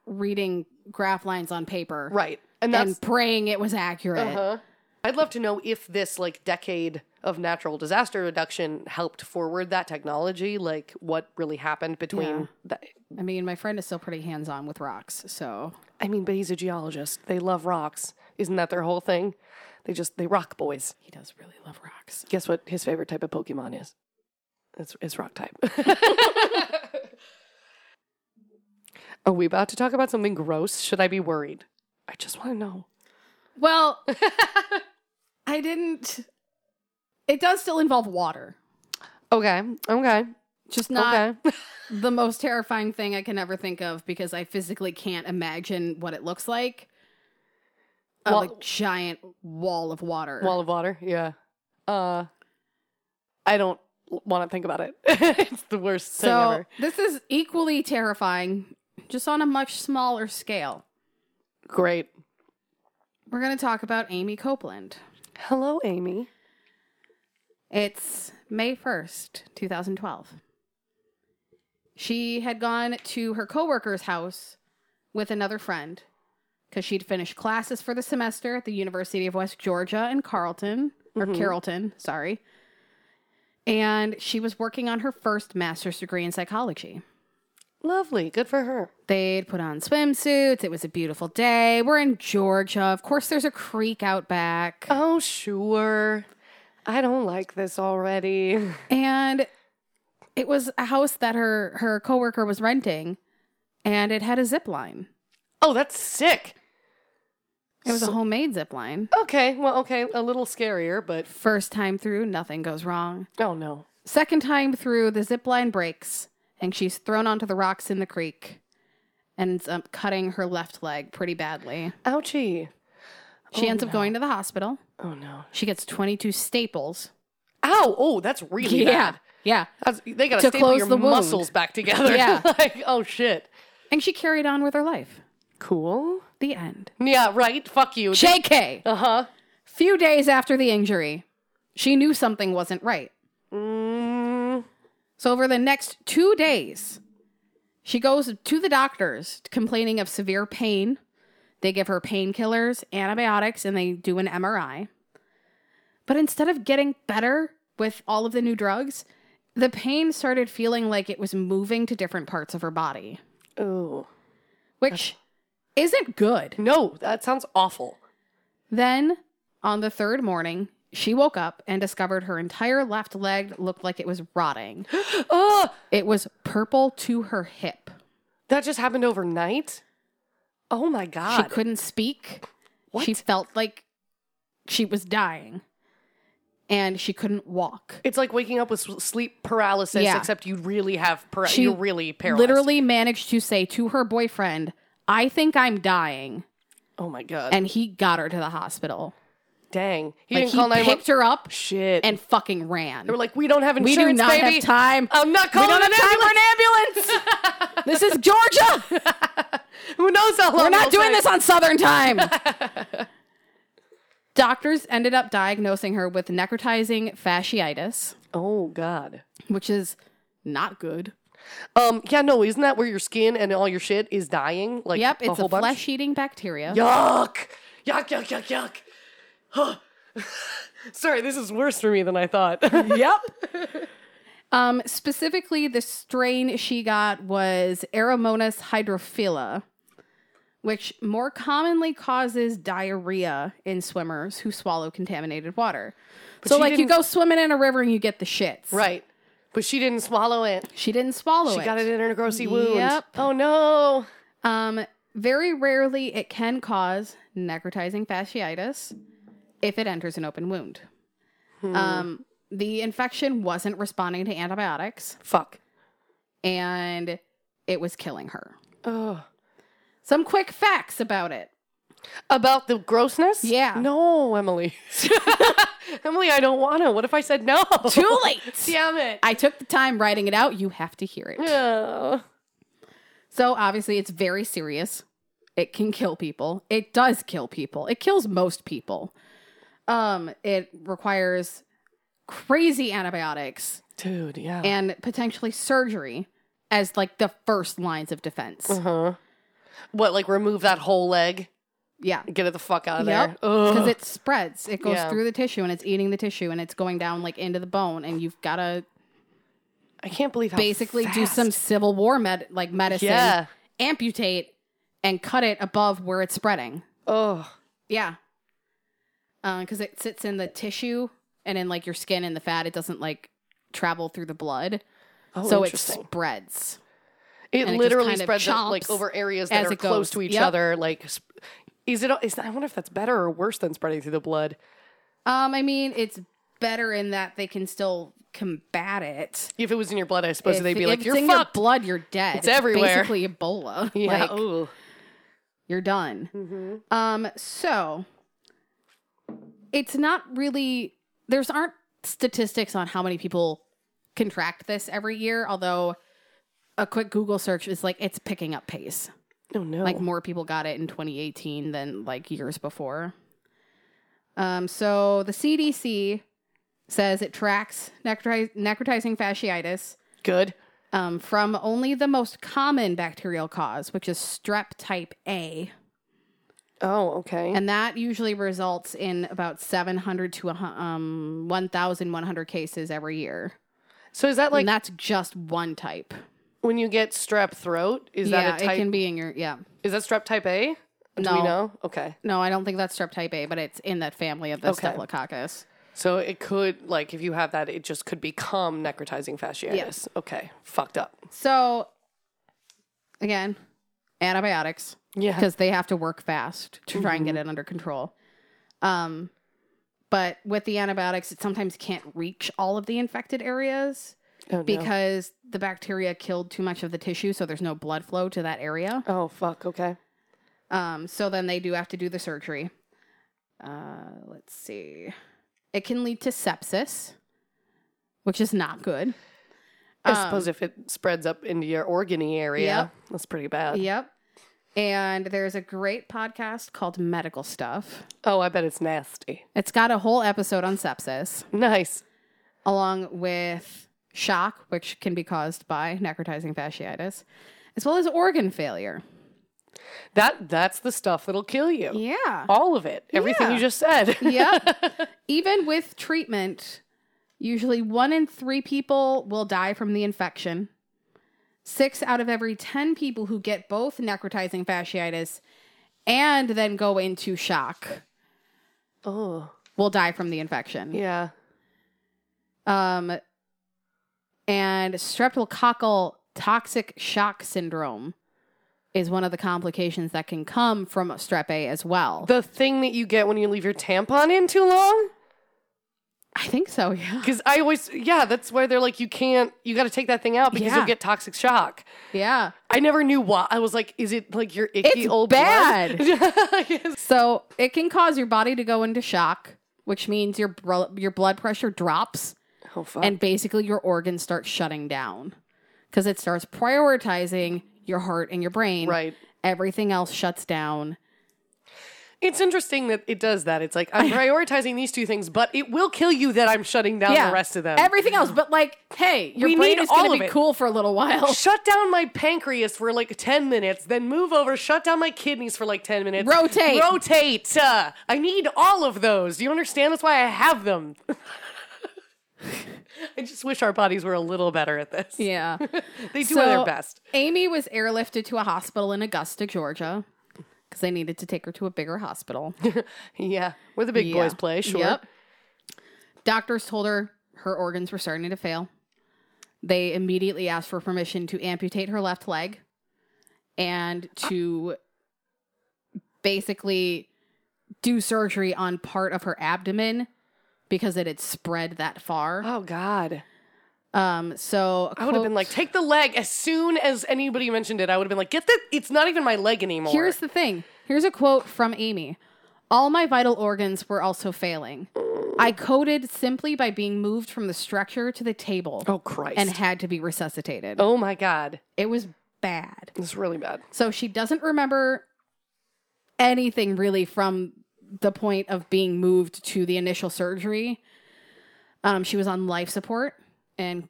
[SPEAKER 2] reading graph lines on paper,
[SPEAKER 1] Right. And that's Uh-huh.
[SPEAKER 2] And praying it was accurate.
[SPEAKER 1] I'd love to know if this like decade of natural disaster reduction helped forward that technology, like what really happened between that
[SPEAKER 2] I mean, my friend is still pretty hands on with rocks, so
[SPEAKER 1] I mean, but he's a geologist. They love rocks. Isn't that their whole thing? They just they rock boys.
[SPEAKER 2] he does really love rocks.
[SPEAKER 1] Guess what his favorite type of Pokemon is? It's it's rock type. Are we about to talk about something gross? Should I be worried? I just want to know.
[SPEAKER 2] Well, I didn't. It does still involve water,
[SPEAKER 1] Okay. Okay.
[SPEAKER 2] just not
[SPEAKER 1] okay.
[SPEAKER 2] the most terrifying thing I can ever think of because I physically can't imagine what it looks like. A
[SPEAKER 1] Well-
[SPEAKER 2] like, giant wall of water.
[SPEAKER 1] Wall of water. Yeah. Uh, I don't want to think about it. it's the worst thing
[SPEAKER 2] so
[SPEAKER 1] ever.
[SPEAKER 2] this is equally terrifying, just on a much smaller scale.
[SPEAKER 1] Great.
[SPEAKER 2] We're going to talk about Amy Copeland.
[SPEAKER 1] Hello, Amy.
[SPEAKER 2] It's May 1st, 2012. She had gone to her coworker's house with another friend because she'd finished classes for the semester at the University of West Georgia in Carleton, or
[SPEAKER 1] Mm-hmm.
[SPEAKER 2] Carrollton, sorry. And she was working on her first master's degree in psychology.
[SPEAKER 1] Lovely. Good for her.
[SPEAKER 2] They'd put on swimsuits. It was a beautiful day. We're in Georgia. Of course, there's a creek out back.
[SPEAKER 1] Oh, sure. I don't like this already.
[SPEAKER 2] and it was a house that her her coworker was renting and it had a zip line
[SPEAKER 1] Oh, that's sick.
[SPEAKER 2] it was a homemade zip line
[SPEAKER 1] Okay. Well, okay. A little scarier, but
[SPEAKER 2] first time through nothing goes wrong
[SPEAKER 1] oh no.
[SPEAKER 2] second time through the zip line breaks and she's thrown onto the rocks in the creek and ends up cutting her left leg pretty badly
[SPEAKER 1] Ouchie.
[SPEAKER 2] she ends up going to the hospital
[SPEAKER 1] Oh no.
[SPEAKER 2] she gets 22 staples
[SPEAKER 1] Ow. Oh, that's really bad.
[SPEAKER 2] yeah
[SPEAKER 1] That's, they gotta
[SPEAKER 2] To
[SPEAKER 1] staple
[SPEAKER 2] close
[SPEAKER 1] your
[SPEAKER 2] the wound.
[SPEAKER 1] muscles back together.
[SPEAKER 2] Yeah.
[SPEAKER 1] like, oh shit.
[SPEAKER 2] and she carried on with her life
[SPEAKER 1] Cool.
[SPEAKER 2] the end
[SPEAKER 1] Yeah, right. Fuck you.
[SPEAKER 2] jk
[SPEAKER 1] Uh huh.
[SPEAKER 2] Few days after the injury, she knew something wasn't right.
[SPEAKER 1] Mm,
[SPEAKER 2] So, over the next two days, she goes to the doctors complaining of severe pain. They give her painkillers, antibiotics, and they do an MRI. But instead of getting better with all of the new drugs, the pain started feeling like it was moving to different parts of her body,
[SPEAKER 1] ooh.
[SPEAKER 2] which isn't good.
[SPEAKER 1] No, that sounds awful.
[SPEAKER 2] Then, on the third morning, she woke up and discovered her entire left leg looked like it was rotting.
[SPEAKER 1] Oh,
[SPEAKER 2] It was purple to her hip.
[SPEAKER 1] that just happened overnight. Oh my
[SPEAKER 2] She
[SPEAKER 1] god.
[SPEAKER 2] couldn't speak.
[SPEAKER 1] What?
[SPEAKER 2] She felt like she was dying. And she couldn't walk.
[SPEAKER 1] it's like waking up with s- sleep paralysis,
[SPEAKER 2] Yeah.
[SPEAKER 1] except you really have para-
[SPEAKER 2] She
[SPEAKER 1] you're really paralyzed.
[SPEAKER 2] Literally managed to say to her boyfriend, I think I'm dying.
[SPEAKER 1] Oh my god.
[SPEAKER 2] And he got her to the hospital.
[SPEAKER 1] Dang. He
[SPEAKER 2] Like,
[SPEAKER 1] didn't
[SPEAKER 2] he
[SPEAKER 1] call nine one.
[SPEAKER 2] picked her up
[SPEAKER 1] Shit.
[SPEAKER 2] and fucking ran.
[SPEAKER 1] they were like, we don't have
[SPEAKER 2] we
[SPEAKER 1] insurance,
[SPEAKER 2] do not
[SPEAKER 1] baby.
[SPEAKER 2] have time.
[SPEAKER 1] I'm not calling
[SPEAKER 2] we don't
[SPEAKER 1] an
[SPEAKER 2] have time for an ambulance. this is Georgia.
[SPEAKER 1] Who knows how long
[SPEAKER 2] We're not
[SPEAKER 1] it'll
[SPEAKER 2] doing
[SPEAKER 1] take.
[SPEAKER 2] this on Southern time. Doctors ended up diagnosing her with necrotizing fasciitis,
[SPEAKER 1] Oh god.
[SPEAKER 2] which is not good.
[SPEAKER 1] Um. Yeah. No. Isn't that where your skin and all your shit is dying? Like
[SPEAKER 2] Yep, it's a,
[SPEAKER 1] whole bunch?
[SPEAKER 2] flesh-eating bacteria.
[SPEAKER 1] Yuck! Yuck! Yuck! Yuck! Yuck! Huh. Sorry, this is worse for me than I thought. yep.
[SPEAKER 2] Um, specifically, the strain she got was Aeromonas hydrophila, which more commonly causes diarrhea in swimmers who swallow contaminated water. so,
[SPEAKER 1] she
[SPEAKER 2] like, you
[SPEAKER 1] didn't-
[SPEAKER 2] go swimming in a river and you get the shits.
[SPEAKER 1] Right. But she didn't swallow it.
[SPEAKER 2] She didn't swallow
[SPEAKER 1] She
[SPEAKER 2] it.
[SPEAKER 1] got it in her grossy wound.
[SPEAKER 2] Yep.
[SPEAKER 1] Oh no.
[SPEAKER 2] Um, very rarely, it can cause necrotizing fasciitis if it enters an open wound. Hmm. Um, the infection wasn't responding to antibiotics.
[SPEAKER 1] Fuck.
[SPEAKER 2] and it was killing her.
[SPEAKER 1] Ugh.
[SPEAKER 2] Some quick facts about it.
[SPEAKER 1] About the grossness?
[SPEAKER 2] Yeah.
[SPEAKER 1] No, Emily. Emily, I don't want to. What if I said no?
[SPEAKER 2] Too late.
[SPEAKER 1] Damn it.
[SPEAKER 2] I took the time writing it out. You have to hear it.
[SPEAKER 1] Yeah.
[SPEAKER 2] So obviously, it's very serious. It can kill people. It does kill people. It kills most people. Um, it requires crazy antibiotics
[SPEAKER 1] Dude, yeah.
[SPEAKER 2] and potentially surgery as like the first lines of defense.
[SPEAKER 1] uh-huh. What, like remove that whole leg?
[SPEAKER 2] Yeah.
[SPEAKER 1] Get it the fuck out of
[SPEAKER 2] Yep.
[SPEAKER 1] there.
[SPEAKER 2] Because
[SPEAKER 1] Ugh.
[SPEAKER 2] it spreads. It goes
[SPEAKER 1] Yeah.
[SPEAKER 2] through the tissue and it's eating the tissue and it's going down like into the bone and you've got to
[SPEAKER 1] I can't believe how
[SPEAKER 2] basically do
[SPEAKER 1] fast.
[SPEAKER 2] some civil war med like medicine
[SPEAKER 1] Yeah.
[SPEAKER 2] amputate and cut it above where it's spreading
[SPEAKER 1] Oh.
[SPEAKER 2] yeah because it sits in the tissue and in like your skin and the fat it doesn't like travel through the blood
[SPEAKER 1] oh
[SPEAKER 2] so it
[SPEAKER 1] interesting.
[SPEAKER 2] spreads
[SPEAKER 1] It
[SPEAKER 2] and it just
[SPEAKER 1] literally
[SPEAKER 2] kind of
[SPEAKER 1] spreads out,
[SPEAKER 2] chomps
[SPEAKER 1] like over areas that
[SPEAKER 2] as
[SPEAKER 1] are
[SPEAKER 2] it
[SPEAKER 1] close
[SPEAKER 2] goes.
[SPEAKER 1] to each
[SPEAKER 2] Yep.
[SPEAKER 1] other. Like, sp- is it? Is I wonder if that's better or worse than spreading through the blood.
[SPEAKER 2] um i mean it's better in that they can still combat it
[SPEAKER 1] If it was in your blood, I suppose
[SPEAKER 2] If-
[SPEAKER 1] they'd be
[SPEAKER 2] if
[SPEAKER 1] like,
[SPEAKER 2] it's
[SPEAKER 1] "You're
[SPEAKER 2] in
[SPEAKER 1] fucked."
[SPEAKER 2] your blood you're dead
[SPEAKER 1] It's everywhere.
[SPEAKER 2] basically ebola
[SPEAKER 1] yeah.
[SPEAKER 2] like
[SPEAKER 1] ooh.
[SPEAKER 2] you're done Um, so it's not really there's aren't statistics on how many people contract this every year, although a quick Google search is like it's picking up pace.
[SPEAKER 1] Oh no.
[SPEAKER 2] Like more people got it in 2018 than like years before. Um, so the CDC says it tracks necrotiz- necrotizing fasciitis
[SPEAKER 1] Good.
[SPEAKER 2] um, from only the most common bacterial cause, which is strep type A.
[SPEAKER 1] Oh, okay.
[SPEAKER 2] And that usually results in about 700 to a hu- um, 1,100 cases every year.
[SPEAKER 1] so is that like
[SPEAKER 2] and that's just one type.
[SPEAKER 1] when you get strep throat? Is
[SPEAKER 2] yeah,
[SPEAKER 1] that a type?
[SPEAKER 2] it can be in your, yeah.
[SPEAKER 1] Is that strep type A? Do we
[SPEAKER 2] No.
[SPEAKER 1] know? Okay.
[SPEAKER 2] No, I don't think that's strep type A, but it's in that family of the
[SPEAKER 1] Okay.
[SPEAKER 2] staphylococcus.
[SPEAKER 1] So it could like if you have that, it just could become necrotizing fasciitis. Okay. Fucked up.
[SPEAKER 2] So, again, antibiotics
[SPEAKER 1] Yeah.
[SPEAKER 2] because they have to work fast to try and get it under control. Um, but with the antibiotics, it sometimes can't reach all of the infected areas.
[SPEAKER 1] Oh, no.
[SPEAKER 2] because the bacteria killed too much of the tissue, so there's no blood flow to that area.
[SPEAKER 1] Oh fuck. Okay.
[SPEAKER 2] Um, so then they do have to do the surgery. Uh, let's see. It can lead to sepsis, which is not good. Um,
[SPEAKER 1] I suppose if it spreads up into your organy area, that's pretty bad.
[SPEAKER 2] Yep. And there's a great podcast called Medical Stuff.
[SPEAKER 1] Oh, I bet it's nasty.
[SPEAKER 2] It's got a whole episode on sepsis,
[SPEAKER 1] Nice.
[SPEAKER 2] along with shock, which can be caused by necrotizing fasciitis, as well as organ failure.
[SPEAKER 1] That that's the stuff that'll kill you.
[SPEAKER 2] Yeah.
[SPEAKER 1] All of it. Everything
[SPEAKER 2] Yeah.
[SPEAKER 1] you just said.
[SPEAKER 2] yep. Even with treatment, usually one in three people will die from the infection. Six out of every 10 people who get both necrotizing fasciitis and then go into shock
[SPEAKER 1] oh.
[SPEAKER 2] will die from the infection.
[SPEAKER 1] Yeah.
[SPEAKER 2] Um, and streptococcal toxic shock syndrome is one of the complications that can come from strep A as well.
[SPEAKER 1] The thing that you get when you leave your tampon in too long?
[SPEAKER 2] I think so, yeah.
[SPEAKER 1] Because I always, yeah, that's why they're like, you can't, you got to take that thing out because
[SPEAKER 2] Yeah.
[SPEAKER 1] you'll get toxic shock.
[SPEAKER 2] Yeah.
[SPEAKER 1] I never knew why. I was like, is it like your icky
[SPEAKER 2] It's
[SPEAKER 1] old
[SPEAKER 2] bad.
[SPEAKER 1] blood? Yes.
[SPEAKER 2] So it can cause your body to go into shock, which means your bro- your blood pressure drops,
[SPEAKER 1] Oh, fuck.
[SPEAKER 2] and basically your organs start shutting down because it starts prioritizing your heart and your brain.
[SPEAKER 1] right.
[SPEAKER 2] Everything else shuts down.
[SPEAKER 1] It's interesting that it does that. It's like, I'm prioritizing these two things, but it will kill you that I'm shutting down the rest of them.
[SPEAKER 2] Everything else, but like, hey, your
[SPEAKER 1] We
[SPEAKER 2] brain
[SPEAKER 1] need
[SPEAKER 2] is going
[SPEAKER 1] all
[SPEAKER 2] to
[SPEAKER 1] of
[SPEAKER 2] be
[SPEAKER 1] it.
[SPEAKER 2] cool for a little while.
[SPEAKER 1] Shut down my pancreas for like 10 minutes, then move over, shut down my kidneys for like 10 minutes.
[SPEAKER 2] Rotate.
[SPEAKER 1] Rotate. Uh, I need all of those. Do you understand? That's why I have them. I just wish our bodies were a little better at this.
[SPEAKER 2] Yeah.
[SPEAKER 1] They do
[SPEAKER 2] So,
[SPEAKER 1] their best.
[SPEAKER 2] Amy was airlifted to a hospital in Augusta, Georgia, because they needed to take her to a bigger hospital.
[SPEAKER 1] Yeah. Where the big
[SPEAKER 2] Yeah.
[SPEAKER 1] boys play, sure.
[SPEAKER 2] Yep. Doctors told her her organs were starting to fail. They immediately asked for permission to amputate her left leg and to basically do surgery on part of her abdomen because it had spread that far.
[SPEAKER 1] Oh, God.
[SPEAKER 2] Um, so
[SPEAKER 1] I would have been like, take the leg. As soon as anybody mentioned it, I would have been like, get the. It's not even my leg anymore.
[SPEAKER 2] Here's the thing. Here's a quote from Amy. All my vital organs were also failing. I coded simply by being moved from the structure to the table
[SPEAKER 1] oh Christ!
[SPEAKER 2] and had to be resuscitated.
[SPEAKER 1] oh my God,
[SPEAKER 2] It was bad.
[SPEAKER 1] it's really bad.
[SPEAKER 2] So she doesn't remember anything really from the point of being moved to the initial surgery. Um, she was on life support and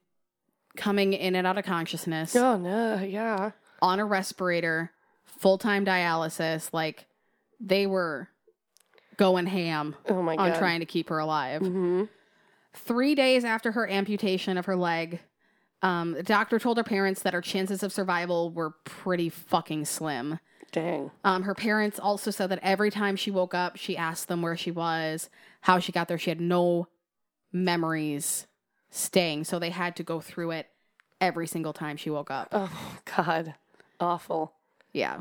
[SPEAKER 2] coming in and out of consciousness
[SPEAKER 1] Oh no, yeah.
[SPEAKER 2] on a respirator, full time dialysis. Like they were going ham
[SPEAKER 1] Oh my
[SPEAKER 2] on
[SPEAKER 1] God.
[SPEAKER 2] trying to keep her alive.
[SPEAKER 1] hmm
[SPEAKER 2] Three days after her amputation of her leg, um, the doctor told her parents that her chances of survival were pretty fucking slim.
[SPEAKER 1] Dang.
[SPEAKER 2] Um, her parents also said that every time she woke up, she asked them where she was, how she got there. She had no memories staying, so they had to go through it every single time she woke up.
[SPEAKER 1] Oh God, awful.
[SPEAKER 2] Yeah.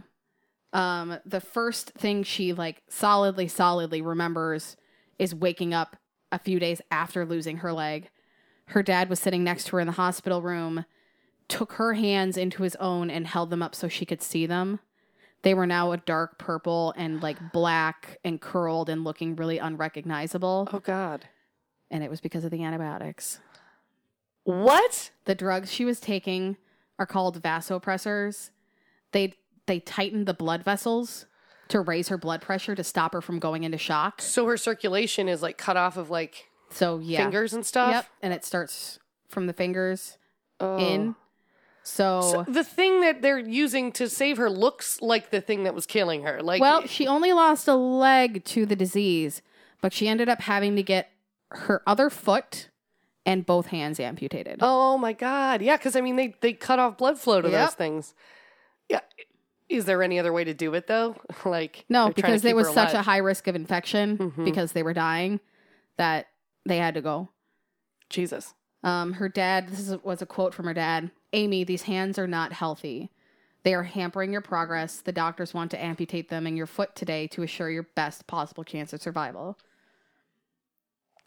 [SPEAKER 2] Um, the first thing she like solidly, solidly remembers is waking up a few days after losing her leg. Her dad was sitting next to her in the hospital room, took her hands into his own and held them up so she could see them. They were now a dark purple and like black and curled and looking really unrecognizable.
[SPEAKER 1] Oh God.
[SPEAKER 2] And it was because of the antibiotics.
[SPEAKER 1] What?
[SPEAKER 2] The drugs she was taking are called vasopressors. They they tighten the blood vessels to raise her blood pressure to stop her from going into shock.
[SPEAKER 1] So her circulation is like cut off of like
[SPEAKER 2] So yeah.
[SPEAKER 1] fingers and stuff.
[SPEAKER 2] Yep. And it starts from the fingers
[SPEAKER 1] Oh.
[SPEAKER 2] in. So,
[SPEAKER 1] So the thing that they're using to save her looks like the thing that was killing her. Like
[SPEAKER 2] well, she only lost a leg to the disease, but she ended up having to get her other foot and both hands amputated.
[SPEAKER 1] Oh my god. Yeah, cuz I mean they they cut off blood flow to
[SPEAKER 2] Yep.
[SPEAKER 1] those things. Yeah. Is there any other way to do it though? like
[SPEAKER 2] No,
[SPEAKER 1] they're trying to keep
[SPEAKER 2] because there was
[SPEAKER 1] her
[SPEAKER 2] such a
[SPEAKER 1] alive. Mm-hmm.
[SPEAKER 2] high risk of infection because they were dying that they had to go.
[SPEAKER 1] Jesus.
[SPEAKER 2] Um, her dad, this is, was a quote from her dad Amy, these hands are not healthy. They are hampering your progress. The doctors want to amputate them and your foot today to assure your best possible chance of survival.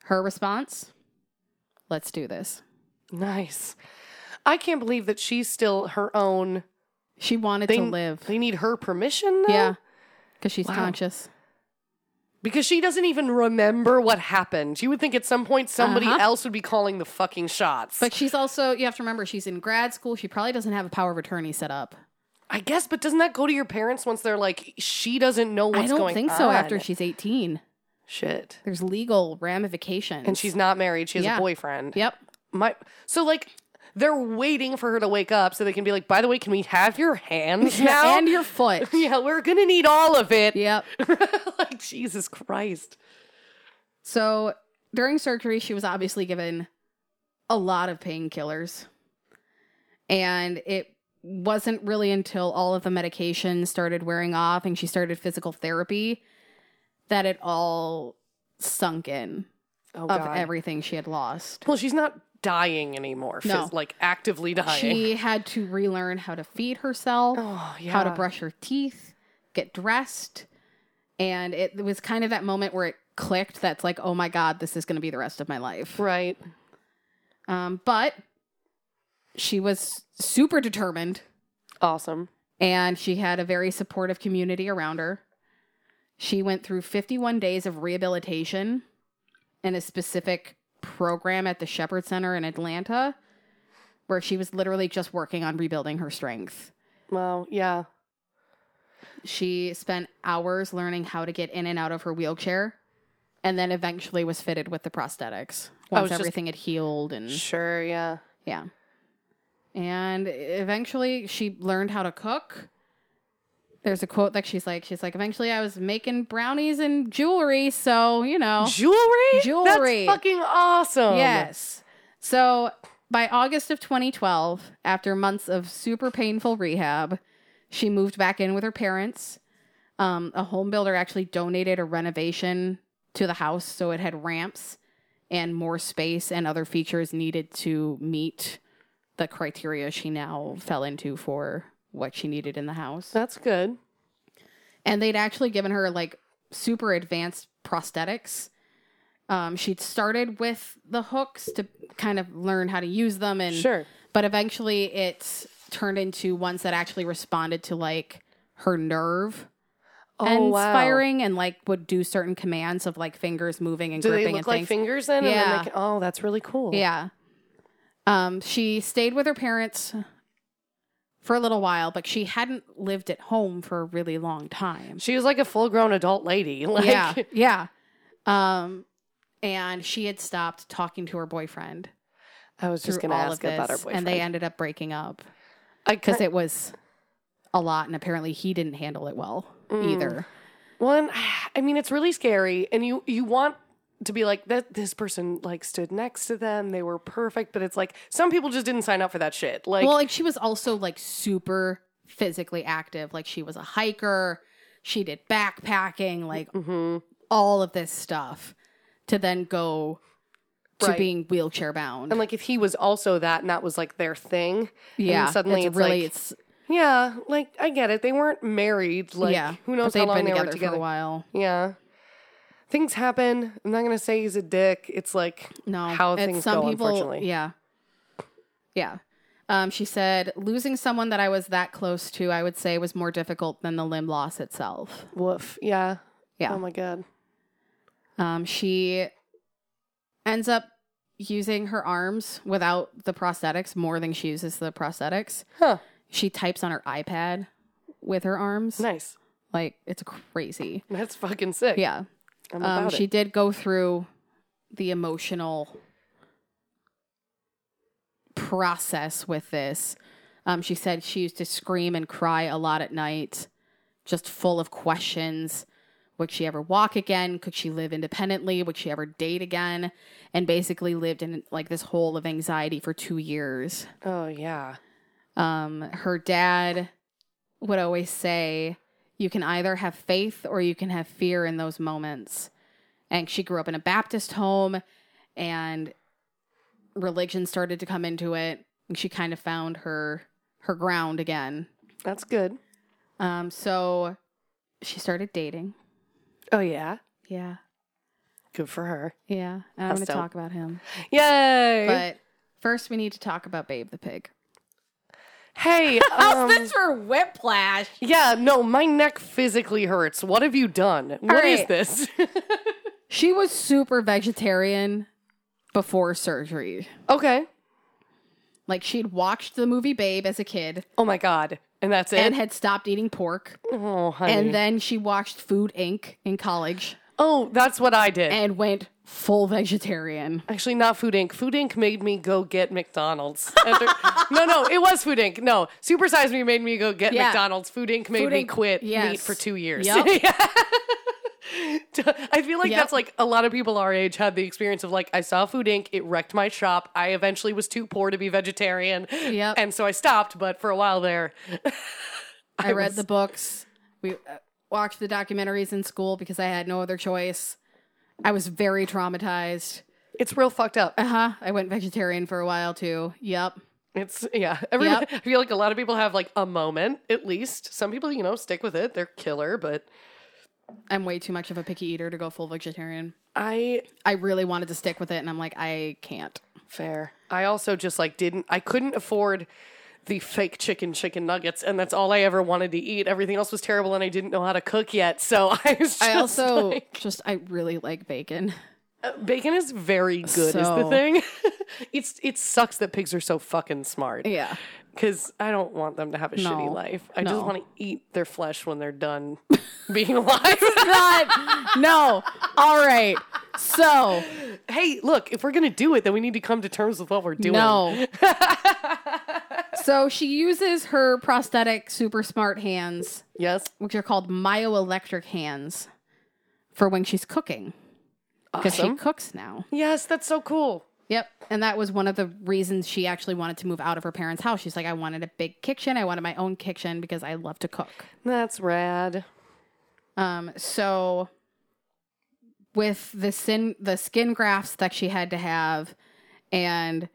[SPEAKER 2] Her response Let's do this.
[SPEAKER 1] Nice. I can't believe that she's still her own.
[SPEAKER 2] She wanted
[SPEAKER 1] They
[SPEAKER 2] to live.
[SPEAKER 1] They need her permission now?
[SPEAKER 2] Yeah. Because she's
[SPEAKER 1] Wow.
[SPEAKER 2] conscious.
[SPEAKER 1] Because she doesn't even remember what happened. You would think at some point somebody
[SPEAKER 2] Uh-huh.
[SPEAKER 1] else would be calling the fucking shots.
[SPEAKER 2] But she's also, you have to remember, she's in grad school. She probably doesn't have a power of attorney set up.
[SPEAKER 1] I guess, but doesn't that go to your parents once they're like, she doesn't know what's
[SPEAKER 2] I don't
[SPEAKER 1] going
[SPEAKER 2] think so
[SPEAKER 1] on?
[SPEAKER 2] after she's 18.
[SPEAKER 1] Shit.
[SPEAKER 2] There's legal ramifications.
[SPEAKER 1] And she's not married. She has
[SPEAKER 2] Yeah.
[SPEAKER 1] a boyfriend.
[SPEAKER 2] Yep.
[SPEAKER 1] My so like they're waiting for her to wake up so they can be like, by the way, can we have your hands now?
[SPEAKER 2] and your foot.
[SPEAKER 1] yeah, we're gonna need all of it.
[SPEAKER 2] Yep.
[SPEAKER 1] like Jesus Christ.
[SPEAKER 2] So during surgery, she was obviously given a lot of painkillers. And it wasn't really until all of the medication started wearing off and she started physical therapy that it all sunk in
[SPEAKER 1] Oh
[SPEAKER 2] of
[SPEAKER 1] God.
[SPEAKER 2] everything she had lost.
[SPEAKER 1] well, she's not dying anymore.
[SPEAKER 2] No.
[SPEAKER 1] She's like actively dying.
[SPEAKER 2] She had to relearn how to feed herself.
[SPEAKER 1] oh yeah.
[SPEAKER 2] how to brush her teeth, get dressed. And it was kind of that moment where it clicked that's like, oh my God, this is going to be the rest of my life.
[SPEAKER 1] Right.
[SPEAKER 2] Um, but she was super determined
[SPEAKER 1] Awesome.
[SPEAKER 2] and she had a very supportive community around her. She went through 51 days of rehabilitation in a specific program at the Shepherd Center in Atlanta where she was literally just working on rebuilding her strength.
[SPEAKER 1] Well, yeah.
[SPEAKER 2] She spent hours learning how to get in and out of her wheelchair and then eventually was fitted with the prosthetics
[SPEAKER 1] I was
[SPEAKER 2] once
[SPEAKER 1] just-
[SPEAKER 2] everything had healed and
[SPEAKER 1] Sure, yeah.
[SPEAKER 2] Mm-hmm. yeah. And eventually she learned how to cook. There's a quote that she's like she's like eventually I was making brownies and jewelry, so, you know.
[SPEAKER 1] Jewelry?
[SPEAKER 2] Jewelry.
[SPEAKER 1] That's fucking awesome.
[SPEAKER 2] Yes. So by August of 2012, after months of super painful rehab, she moved back in with her parents. Um, a home builder actually donated a renovation to the house, so it had ramps and more space and other features needed to meet the criteria she now fell into for what she needed in the house.
[SPEAKER 1] That's good.
[SPEAKER 2] And they'd actually given her like super advanced prosthetics Um, she started with the hooks to kind of learn how to use them, and
[SPEAKER 1] Sure.
[SPEAKER 2] but eventually it's turned into ones that actually responded to like her nerve
[SPEAKER 1] Oh, wow.
[SPEAKER 2] inspiring, and like would do certain commands of like fingers moving and
[SPEAKER 1] Do
[SPEAKER 2] gripping
[SPEAKER 1] they look
[SPEAKER 2] and
[SPEAKER 1] like
[SPEAKER 2] things.
[SPEAKER 1] fingers then? And then
[SPEAKER 2] Yeah.
[SPEAKER 1] they can, oh, that's really cool.
[SPEAKER 2] Yeah. Um, she stayed with her parents for a little while, but she hadn't lived at home for a really long time.
[SPEAKER 1] She was like a full grown adult lady. Like,
[SPEAKER 2] yeah, yeah. Um, and she had stopped talking to her boyfriend
[SPEAKER 1] I was just
[SPEAKER 2] through
[SPEAKER 1] going to
[SPEAKER 2] all
[SPEAKER 1] ask
[SPEAKER 2] of this,
[SPEAKER 1] about her boyfriend.
[SPEAKER 2] and they ended up breaking up
[SPEAKER 1] I
[SPEAKER 2] because
[SPEAKER 1] kin-
[SPEAKER 2] it was a lot, and apparently he didn't handle it well
[SPEAKER 1] Mm.
[SPEAKER 2] either.
[SPEAKER 1] one, I mean, it's really scary, and you you want to be like that. This person like stood next to them; they were perfect. But it's like some people just didn't sign up for that shit. Like,
[SPEAKER 2] well, like she was also like super physically active. Like she was a hiker. She did backpacking, like
[SPEAKER 1] Mm-hmm.
[SPEAKER 2] all of this stuff, to then go to
[SPEAKER 1] Right.
[SPEAKER 2] being wheelchair bound.
[SPEAKER 1] and like if he was also that, and that was like their thing, and
[SPEAKER 2] yeah,
[SPEAKER 1] suddenly it's, like,
[SPEAKER 2] really it's
[SPEAKER 1] yeah, like I get it. They weren't married. Like,
[SPEAKER 2] yeah.
[SPEAKER 1] who
[SPEAKER 2] but
[SPEAKER 1] knows
[SPEAKER 2] they'd
[SPEAKER 1] how long
[SPEAKER 2] been
[SPEAKER 1] they
[SPEAKER 2] together
[SPEAKER 1] were
[SPEAKER 2] for
[SPEAKER 1] together?
[SPEAKER 2] a while.
[SPEAKER 1] Yeah, things happen. I'm not gonna say he's a dick. It's like
[SPEAKER 2] No,
[SPEAKER 1] how
[SPEAKER 2] it's-
[SPEAKER 1] things go. unfortunately,
[SPEAKER 2] yeah, yeah. Um, she said, losing someone that I was that close to, I would say, was more difficult than the limb loss itself.
[SPEAKER 1] woof. Yeah.
[SPEAKER 2] Yeah.
[SPEAKER 1] Oh my god.
[SPEAKER 2] Um, she ends up using her arms without the prosthetics more than she uses the prosthetics.
[SPEAKER 1] Huh.
[SPEAKER 2] She types on her iPad with her arms.
[SPEAKER 1] Nice.
[SPEAKER 2] Like it's crazy.
[SPEAKER 1] That's fucking sick.
[SPEAKER 2] Yeah.
[SPEAKER 1] I'm about
[SPEAKER 2] Um,
[SPEAKER 1] it.
[SPEAKER 2] she did go through the emotional process with this. Um, she said she used to scream and cry a lot at night, just full of questions. Would she ever walk again? Could she live independently? Would she ever date again? And basically lived in like this hole of anxiety for two years.
[SPEAKER 1] Oh yeah.
[SPEAKER 2] Um, her dad would always say, You can either have faith or you can have fear in those moments. And she grew up in a Baptist home, and religion started to come into it. And she kind of found her her ground again.
[SPEAKER 1] That's good.
[SPEAKER 2] Um, so she started dating.
[SPEAKER 1] Oh yeah.
[SPEAKER 2] Yeah,
[SPEAKER 1] Good for her.
[SPEAKER 2] yeah. And I'm
[SPEAKER 1] That's
[SPEAKER 2] going to
[SPEAKER 1] dope.
[SPEAKER 2] talk about him,
[SPEAKER 1] Yay.
[SPEAKER 2] but first we need to talk about Babe the pig.
[SPEAKER 1] hey. Um,
[SPEAKER 2] this for whiplash?
[SPEAKER 1] yeah, no, my neck physically hurts. What have you done? What is
[SPEAKER 2] right.
[SPEAKER 1] this?
[SPEAKER 2] She was super vegetarian before surgery.
[SPEAKER 1] okay.
[SPEAKER 2] Like she'd watched the movie Babe as a kid
[SPEAKER 1] Oh my god. And that's it.
[SPEAKER 2] and had stopped eating pork.
[SPEAKER 1] oh, honey.
[SPEAKER 2] And then she watched Food Inc. in college
[SPEAKER 1] oh, that's what I did.
[SPEAKER 2] and went full vegetarian.
[SPEAKER 1] Actually, not Food Inc. Food Inc. made me go get McDonald's. After- no, no, it was Food Inc. No, Super Size Me made me go get
[SPEAKER 2] Yeah.
[SPEAKER 1] McDonald's. Food Inc. made
[SPEAKER 2] Food
[SPEAKER 1] me
[SPEAKER 2] Inc.
[SPEAKER 1] quit meat
[SPEAKER 2] Yes.
[SPEAKER 1] for two years.
[SPEAKER 2] Yup.
[SPEAKER 1] I feel like
[SPEAKER 2] Yep.
[SPEAKER 1] that's like a lot of people our age had the experience of like I saw Food Inc. It wrecked my shop. I eventually was too poor to be vegetarian.
[SPEAKER 2] Yep.
[SPEAKER 1] and so I stopped. But for a while there,
[SPEAKER 2] I, read the books. We uh, watched the documentaries in school because I had no other choice. I was very traumatized.
[SPEAKER 1] it's real fucked up.
[SPEAKER 2] Uh huh. I went vegetarian for a while too. Yep.
[SPEAKER 1] It's yeah. Everybody,
[SPEAKER 2] Yep.
[SPEAKER 1] I feel like a lot of people have like a moment at least. Some people, you know, stick with it. They're killer, but
[SPEAKER 2] I'm way too much of a picky eater to go full vegetarian.
[SPEAKER 1] I
[SPEAKER 2] I really wanted to stick with it, and I'm like, I can't.
[SPEAKER 1] Fair. I also just like didn't I couldn't afford the fake chicken chicken nuggets and that's all I ever wanted to eat. Everything else was terrible and I didn't know how to cook yet. So I was just
[SPEAKER 2] I also
[SPEAKER 1] like-
[SPEAKER 2] just I really like bacon.
[SPEAKER 1] bacon is very good is the
[SPEAKER 2] So-
[SPEAKER 1] thing. it's it sucks that pigs are so fucking smart
[SPEAKER 2] Yeah.
[SPEAKER 1] cuz I don't want them to have a shitty
[SPEAKER 2] No.
[SPEAKER 1] life. I just
[SPEAKER 2] No.
[SPEAKER 1] want to eat their flesh when they're done being alive.
[SPEAKER 2] God. No. All right. So,
[SPEAKER 1] hey, look, if we're going to do it then we need to come to terms with what we're doing.
[SPEAKER 2] no. so she uses her prosthetic super smart hands,
[SPEAKER 1] Yes.
[SPEAKER 2] which are called myoelectric hands, for when she's cooking. Because
[SPEAKER 1] Awesome.
[SPEAKER 2] she cooks now.
[SPEAKER 1] Yes, that's so cool.
[SPEAKER 2] Yep. And that was one of the reasons she actually wanted to move out of her parents' house. She's like, I wanted a big kitchen. I wanted my own kitchen because I love to cook.
[SPEAKER 1] That's rad.
[SPEAKER 2] Um, so with the sin the skin grafts that she had to have and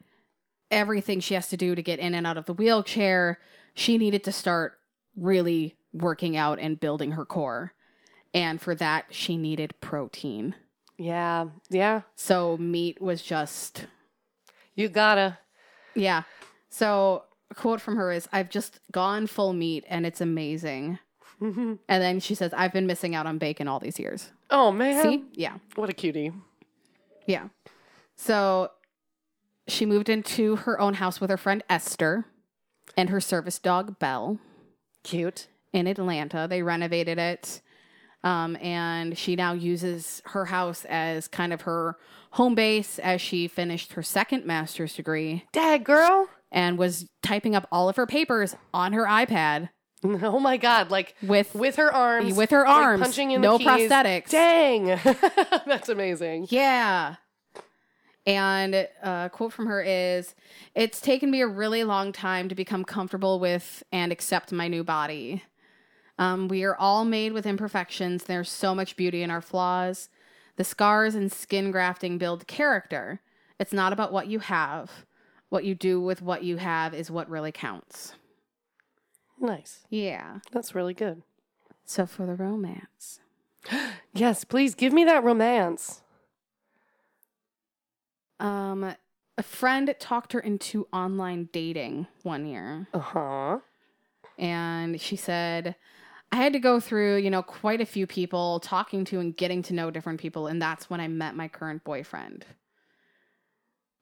[SPEAKER 2] everything she has to do to get in and out of the wheelchair, she needed to start really working out and building her core. And for that, she needed protein.
[SPEAKER 1] Yeah. Yeah.
[SPEAKER 2] So meat was just
[SPEAKER 1] You gotta.
[SPEAKER 2] yeah. So a quote from her is I've just gone full meat and it's amazing. and then she says I've been missing out on bacon all these years.
[SPEAKER 1] Oh, man.
[SPEAKER 2] See? Yeah.
[SPEAKER 1] What a cutie.
[SPEAKER 2] Yeah. So she moved into her own house with her friend Esther and her service dog Belle
[SPEAKER 1] Cute.
[SPEAKER 2] in Atlanta. They renovated it. Um, and she now uses her house as kind of her home base as she finished her second master's degree
[SPEAKER 1] Dad, girl.
[SPEAKER 2] and was typing up all of her papers on her iPad
[SPEAKER 1] Oh, my God. Like,
[SPEAKER 2] with,
[SPEAKER 1] with her arms.
[SPEAKER 2] With her
[SPEAKER 1] like,
[SPEAKER 2] arms.
[SPEAKER 1] punching in
[SPEAKER 2] No
[SPEAKER 1] the keys.
[SPEAKER 2] prosthetics.
[SPEAKER 1] Dang. That's amazing.
[SPEAKER 2] Yeah. And uh, a quote from her is It's taken me a really long time to become comfortable with and accept my new body. Um, we are all made with imperfections. There's so much beauty in our flaws. The scars and skin grafting build character. It's not about what you have. What you do with what you have is what really counts.
[SPEAKER 1] Nice.
[SPEAKER 2] Yeah.
[SPEAKER 1] That's really good.
[SPEAKER 2] So for the romance.
[SPEAKER 1] Yes, please give me that romance.
[SPEAKER 2] Um, a friend talked her into online dating one year.
[SPEAKER 1] Uh huh.
[SPEAKER 2] and she said i had to go through you know quite a few people talking to and getting to know different people and that's when i met my current boyfriend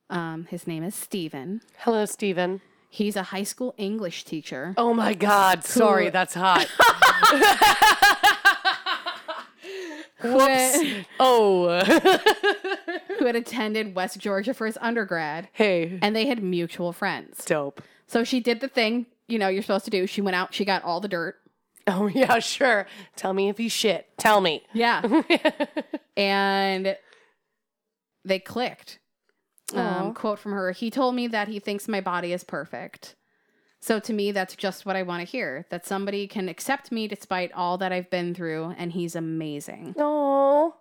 [SPEAKER 2] um, his name is steven
[SPEAKER 1] Hello, Steven.
[SPEAKER 2] he's a high school english teacher
[SPEAKER 1] Oh my God. Sorry, that's hot.
[SPEAKER 2] who had,
[SPEAKER 1] oh.
[SPEAKER 2] who had attended west georgia for his undergrad
[SPEAKER 1] hey.
[SPEAKER 2] and they had mutual friends
[SPEAKER 1] Dope.
[SPEAKER 2] so she did the thing you know you're supposed to do she went out she got all the dirt
[SPEAKER 1] Oh, yeah, sure. Tell me if you shit. Tell me.
[SPEAKER 2] Yeah. and they clicked.
[SPEAKER 1] Aw.
[SPEAKER 2] Um, quote from her He told me that he thinks my body is perfect. So to me, that's just what I want to hear that somebody can accept me despite all that I've been through, and he's amazing.
[SPEAKER 1] No.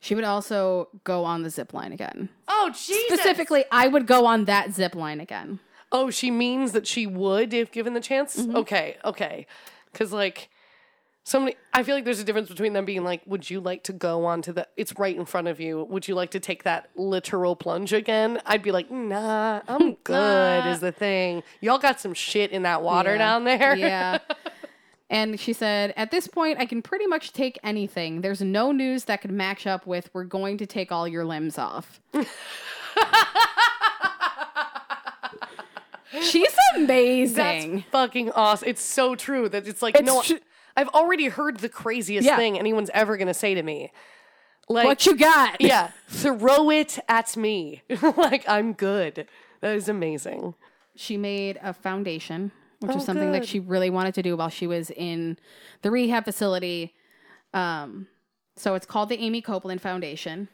[SPEAKER 2] She would also go on the zip line again.
[SPEAKER 1] Oh, Jesus.
[SPEAKER 2] Specifically, I would go on that zip line again.
[SPEAKER 1] Oh, she means that she would if given the chance?
[SPEAKER 2] Mm-hmm.
[SPEAKER 1] Okay, okay. Because, like, somebody, I feel like there's a difference between them being like, would you like to go on to the, it's right in front of you. Would you like to take that literal plunge again? I'd be like, nah, I'm good, is the thing. Y'all got some shit in that water
[SPEAKER 2] Yeah.
[SPEAKER 1] down there.
[SPEAKER 2] Yeah. And she said, at this point, I can pretty much take anything. There's no news that could match up with, we're going to take all your limbs off. She's
[SPEAKER 1] That's
[SPEAKER 2] amazing.
[SPEAKER 1] fucking awesome. It's so true that it's like,
[SPEAKER 2] It's
[SPEAKER 1] no,
[SPEAKER 2] tr-
[SPEAKER 1] I've already heard the craziest
[SPEAKER 2] Yeah.
[SPEAKER 1] thing anyone's ever going to say to me. Like,
[SPEAKER 2] what you got?
[SPEAKER 1] yeah, throw it at me. like, I'm good. That is amazing.
[SPEAKER 2] She made a foundation, which
[SPEAKER 1] Oh,
[SPEAKER 2] is something that
[SPEAKER 1] good.
[SPEAKER 2] she really wanted to do while she was in the rehab facility. Um, so it's called the Amy Copeland Foundation.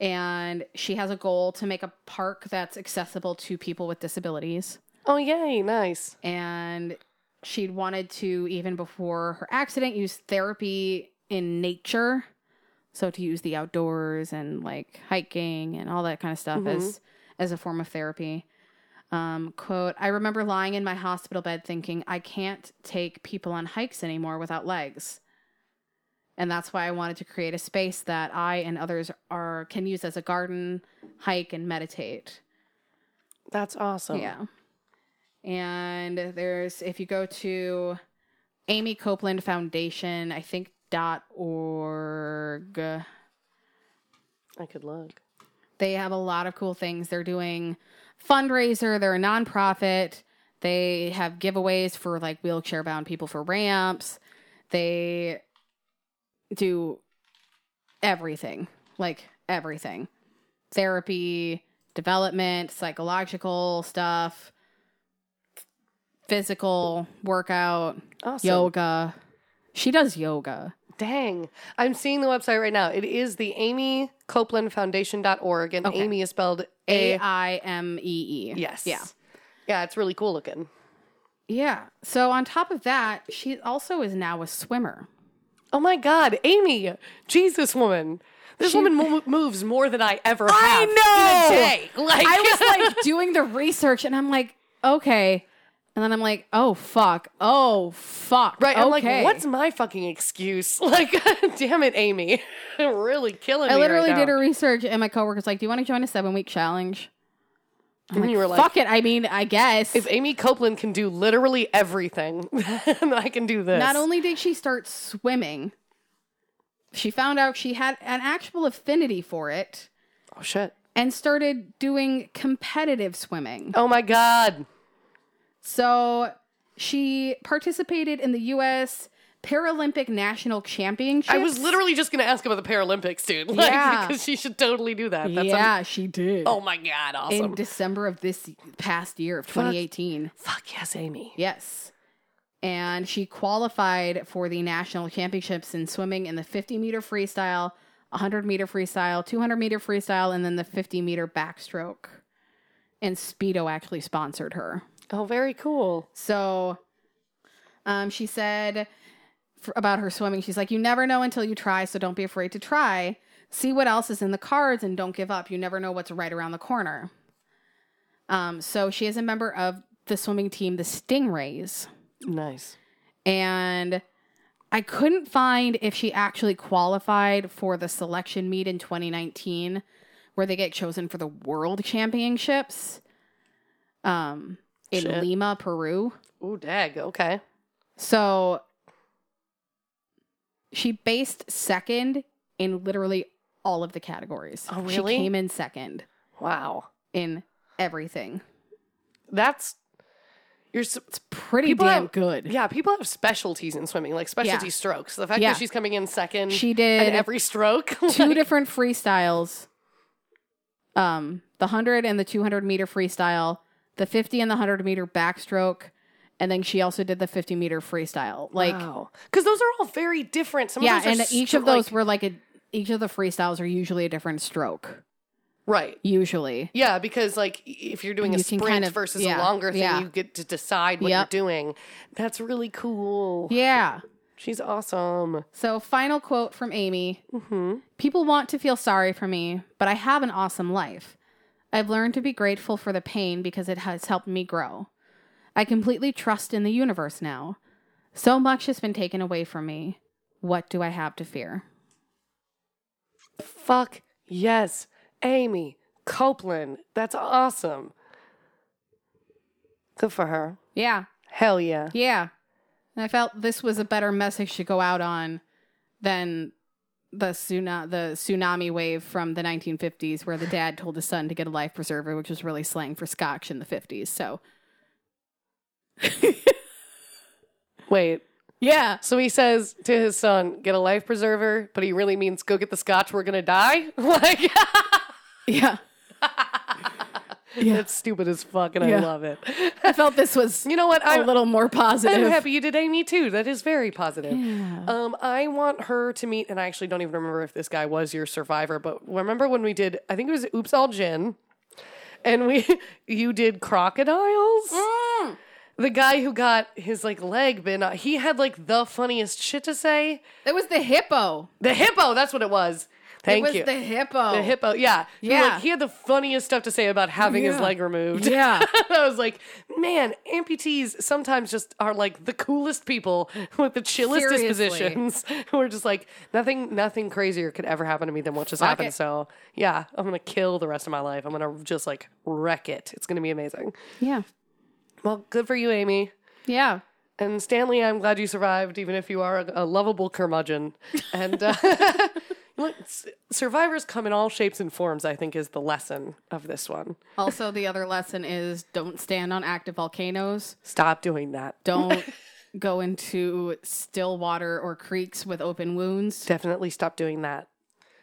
[SPEAKER 2] And she has a goal to make a park that's accessible to people with disabilities.
[SPEAKER 1] Oh, yay, nice.
[SPEAKER 2] and she'd wanted to even before her accident use therapy in nature so to use the outdoors and like hiking and all that kind of stuff as as a form of therapy um, quote i remember lying in my hospital bed thinking i can't take people on hikes anymore without legs and that's why i wanted to create a space that i and others are can use as a garden hike and meditate
[SPEAKER 1] That's awesome.
[SPEAKER 2] yeah. And there's if you go to Amy Copeland Foundation, I think dot org.
[SPEAKER 1] I could look.
[SPEAKER 2] They have a lot of cool things. They're doing fundraiser, they're a nonprofit. They have giveaways for like wheelchair bound people for ramps. They do everything. Like everything. Therapy, development, psychological stuff, physical workout,
[SPEAKER 1] Awesome.
[SPEAKER 2] yoga. She does yoga.
[SPEAKER 1] Dang. I'm seeing the website right now. It is the Amy Copeland Foundation.org, and
[SPEAKER 2] Okay.
[SPEAKER 1] Amy is spelled
[SPEAKER 2] A
[SPEAKER 1] A.
[SPEAKER 2] I M E E.
[SPEAKER 1] Yes.
[SPEAKER 2] Yeah.
[SPEAKER 1] Yeah, it's really cool looking.
[SPEAKER 2] Yeah. So on top of that, she also is now a swimmer.
[SPEAKER 1] Oh my God, Amy. Jesus, woman. This woman mo- moves more than I ever have. In a
[SPEAKER 2] know!
[SPEAKER 1] day. Like,
[SPEAKER 2] I was like doing the research and I'm like, okay, And then I'm like, oh fuck, oh fuck.
[SPEAKER 1] Right.
[SPEAKER 2] Okay.
[SPEAKER 1] I'm like, what's my fucking excuse? Like, damn it, Amy. You're really killing
[SPEAKER 2] I
[SPEAKER 1] me.
[SPEAKER 2] literally
[SPEAKER 1] right
[SPEAKER 2] did
[SPEAKER 1] now.
[SPEAKER 2] a research, and my coworker's like, do you want to join a seven week challenge? I'm
[SPEAKER 1] And you were like,
[SPEAKER 2] fuck it. I mean, I guess.
[SPEAKER 1] if Amy Copeland can do literally everything, then I can do this.
[SPEAKER 2] Not only did she start swimming, she found out she had an actual affinity for it
[SPEAKER 1] oh shit.
[SPEAKER 2] and started doing competitive swimming.
[SPEAKER 1] Oh my god.
[SPEAKER 2] So she participated in the U.S. Paralympic National Championships.
[SPEAKER 1] I was literally just gonna ask about the Paralympics, dude. Like,
[SPEAKER 2] Yeah.
[SPEAKER 1] because she should totally do that. That's
[SPEAKER 2] yeah, she did.
[SPEAKER 1] Oh my god, awesome.
[SPEAKER 2] in December of this past year of 2018.
[SPEAKER 1] Fuck yes, Amy.
[SPEAKER 2] Yes. And she qualified for the national championships in swimming in the 50 meter freestyle, 100 meter freestyle, 200 meter freestyle, and then the 50 meter backstroke. And Speedo actually sponsored her.
[SPEAKER 1] Oh, very cool.
[SPEAKER 2] So um, she said f about her swimming, she's like, You never know until you try, so don't be afraid to try. See what else is in the cards and don't give up. You never know what's right around the corner. Um, so she is a member of the swimming team, the Stingrays
[SPEAKER 1] Nice.
[SPEAKER 2] and I couldn't find if she actually qualified for the selection meet in 2019 where they get chosen for the world championships um in
[SPEAKER 1] Shit.
[SPEAKER 2] Lima, Peru.
[SPEAKER 1] Ooh, dag. Okay.
[SPEAKER 2] So she based second in literally all of the categories.
[SPEAKER 1] Oh,
[SPEAKER 2] She
[SPEAKER 1] really?
[SPEAKER 2] came in second
[SPEAKER 1] Wow.
[SPEAKER 2] in everything.
[SPEAKER 1] That's you're. s-
[SPEAKER 2] It's pretty
[SPEAKER 1] People
[SPEAKER 2] damn
[SPEAKER 1] have-
[SPEAKER 2] good.
[SPEAKER 1] Yeah, people have specialties in swimming, like specialty
[SPEAKER 2] Yeah.
[SPEAKER 1] strokes. The fact
[SPEAKER 2] Yeah.
[SPEAKER 1] that she's coming in second
[SPEAKER 2] She
[SPEAKER 1] in
[SPEAKER 2] did
[SPEAKER 1] every stroke.
[SPEAKER 2] two
[SPEAKER 1] like,
[SPEAKER 2] different freestyles um the 100 and the 200 meter freestyle the 50 and the 100 meter backstroke and then she also did the 50 meter freestyle like
[SPEAKER 1] wow. Because those are all very different. Some
[SPEAKER 2] yeah
[SPEAKER 1] of those
[SPEAKER 2] and
[SPEAKER 1] are
[SPEAKER 2] each
[SPEAKER 1] stro-
[SPEAKER 2] of those
[SPEAKER 1] like-
[SPEAKER 2] were like a each of the freestyles are usually a different stroke
[SPEAKER 1] right.
[SPEAKER 2] usually
[SPEAKER 1] Yeah, because like i- if you're doing a
[SPEAKER 2] You can
[SPEAKER 1] sprint
[SPEAKER 2] kind of-
[SPEAKER 1] versus a
[SPEAKER 2] yeah,
[SPEAKER 1] longer thing,
[SPEAKER 2] yeah.
[SPEAKER 1] you get to decide what
[SPEAKER 2] Yep.
[SPEAKER 1] you're doing. That's really cool.
[SPEAKER 2] yeah
[SPEAKER 1] She's awesome.
[SPEAKER 2] so final quote from amy
[SPEAKER 1] hmm
[SPEAKER 2] People want to feel sorry for me, but I have an awesome life. I've learned to be grateful for the pain because it has helped me grow. I completely trust in the universe now. So much has been taken away from me. What do I have to fear?
[SPEAKER 1] Fuck yes, Amy Copeland. That's awesome. Good for her.
[SPEAKER 2] Yeah,
[SPEAKER 1] Hell yeah.
[SPEAKER 2] yeah. And I felt this was a better message to go out on than the tsunami, the tsunami wave from the 1950s, where the dad told his son to get a life preserver, which was really slang for scotch in the 50s. So,
[SPEAKER 1] Wait.
[SPEAKER 2] yeah.
[SPEAKER 1] So he says to his son, "Get a life preserver," but he really means, "Go get the scotch. We're gonna die." like
[SPEAKER 2] Yeah. yeah.
[SPEAKER 1] that's stupid as fuck, and
[SPEAKER 2] Yeah. Oh,
[SPEAKER 1] I love it.
[SPEAKER 2] I felt this was
[SPEAKER 1] You know what?
[SPEAKER 2] a
[SPEAKER 1] I'm,
[SPEAKER 2] little more
[SPEAKER 1] I'm
[SPEAKER 2] positive.
[SPEAKER 1] happy you did Amy too. That is very positive.
[SPEAKER 2] Yeah.
[SPEAKER 1] Um, I want her to meet, and I actually don't even remember if this guy was your survivor, but remember when we did? I think it was Oops All Gin, and we you did crocodiles.
[SPEAKER 2] Mm.
[SPEAKER 1] The guy who got his like leg been he had like the funniest shit to say.
[SPEAKER 2] It was the hippo.
[SPEAKER 1] The hippo, that's what it was. Thank
[SPEAKER 2] it was
[SPEAKER 1] you.
[SPEAKER 2] the hippo.
[SPEAKER 1] The hippo, yeah, He,
[SPEAKER 2] Yeah.
[SPEAKER 1] like, he had the funniest stuff to say about having his
[SPEAKER 2] Yeah.
[SPEAKER 1] leg removed.
[SPEAKER 2] Yeah.
[SPEAKER 1] I was like, man, amputees sometimes just are like the coolest people with the chillest
[SPEAKER 2] Seriously.
[SPEAKER 1] dispositions. Who are just like nothing, nothing crazier could ever happen to me than what just happened.
[SPEAKER 2] it.
[SPEAKER 1] So yeah, I'm gonna kill the rest of my life. I'm gonna just like wreck it. It's gonna be amazing.
[SPEAKER 2] yeah.
[SPEAKER 1] Well, good for you, Amy.
[SPEAKER 2] Yeah.
[SPEAKER 1] And Stanley, I'm glad you survived, even if you are a, a lovable curmudgeon. And uh, look, s- survivors come in all shapes and forms, I think, is the lesson of this one.
[SPEAKER 2] Also, the other lesson is don't stand on active volcanoes.
[SPEAKER 1] Stop doing that.
[SPEAKER 2] Don't go into still water or creeks with open wounds.
[SPEAKER 1] Definitely stop doing that.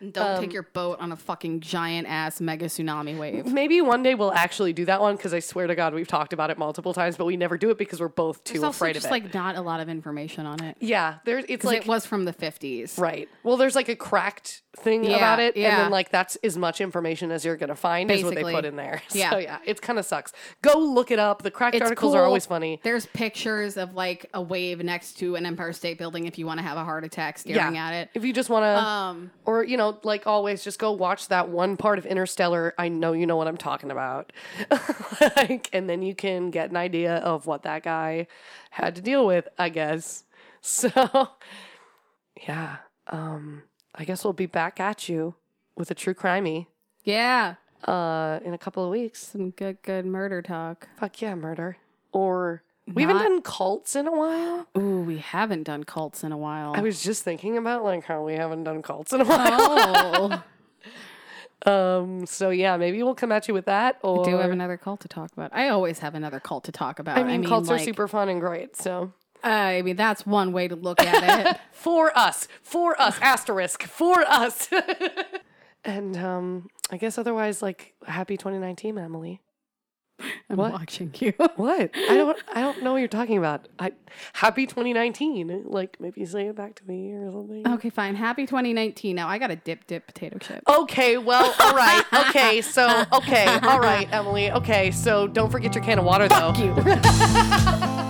[SPEAKER 2] And Don't
[SPEAKER 1] um,
[SPEAKER 2] take your boat on a fucking giant ass mega tsunami wave.
[SPEAKER 1] Maybe one day we'll actually do that one because I swear to God, we've talked about it multiple times, but we never do it because we're both too
[SPEAKER 2] There's also
[SPEAKER 1] afraid
[SPEAKER 2] just
[SPEAKER 1] of it.
[SPEAKER 2] like not a lot of information on it.
[SPEAKER 1] yeah, there, it's
[SPEAKER 2] 'Cause
[SPEAKER 1] like.
[SPEAKER 2] it was from the 50s.
[SPEAKER 1] Right. Well, there's like a cracked thing
[SPEAKER 2] Yeah,
[SPEAKER 1] about it, and
[SPEAKER 2] yeah.
[SPEAKER 1] then like that's as much information as you're gonna find is what
[SPEAKER 2] Basically.
[SPEAKER 1] they put in there.
[SPEAKER 2] Yeah.
[SPEAKER 1] So yeah, it kind of sucks. Go look it up. The cracked articles are
[SPEAKER 2] cool.
[SPEAKER 1] always funny.
[SPEAKER 2] There's pictures of like a wave next to an Empire State Building if you want to have a heart attack staring at it.
[SPEAKER 1] If you just want to,
[SPEAKER 2] Um,
[SPEAKER 1] or you know, know, like always, just go watch that one part of Interstellar. I know you know what I'm talking about. like, and then you can get an idea of what that guy had to deal with, I guess. So, yeah. Um, I guess we'll be back at you with a true crimey
[SPEAKER 2] Yeah.
[SPEAKER 1] uh, in a couple of weeks.
[SPEAKER 2] Some good, good murder talk.
[SPEAKER 1] Fuck yeah, murder. Or we haven't
[SPEAKER 2] Not-
[SPEAKER 1] done cults in a while.
[SPEAKER 2] Ooh, we haven't done cults in a while.
[SPEAKER 1] I was just thinking about like how we haven't done cults in a while.
[SPEAKER 2] oh,
[SPEAKER 1] Um, so yeah, maybe we'll come at you with that. Or
[SPEAKER 2] do have another cult to talk about. I always have another cult to talk about.
[SPEAKER 1] I mean, cults are
[SPEAKER 2] like,
[SPEAKER 1] super fun and great. So
[SPEAKER 2] I mean, that's one way to look at it.
[SPEAKER 1] for us, for us, asterisk for us. and um, I guess otherwise, like happy 2019, Emily.
[SPEAKER 2] I'm
[SPEAKER 1] What?
[SPEAKER 2] watching you.
[SPEAKER 1] What? I don't. I don't know what you're talking about. I happy 2019. Like maybe say it back to me or something.
[SPEAKER 2] okay, fine. Happy 2019. Now I got a dip, dip potato chip.
[SPEAKER 1] Okay, well, all right. Okay, so, okay, all right, Emily. Okay, so don't forget your can of water, though.
[SPEAKER 2] Fuck you.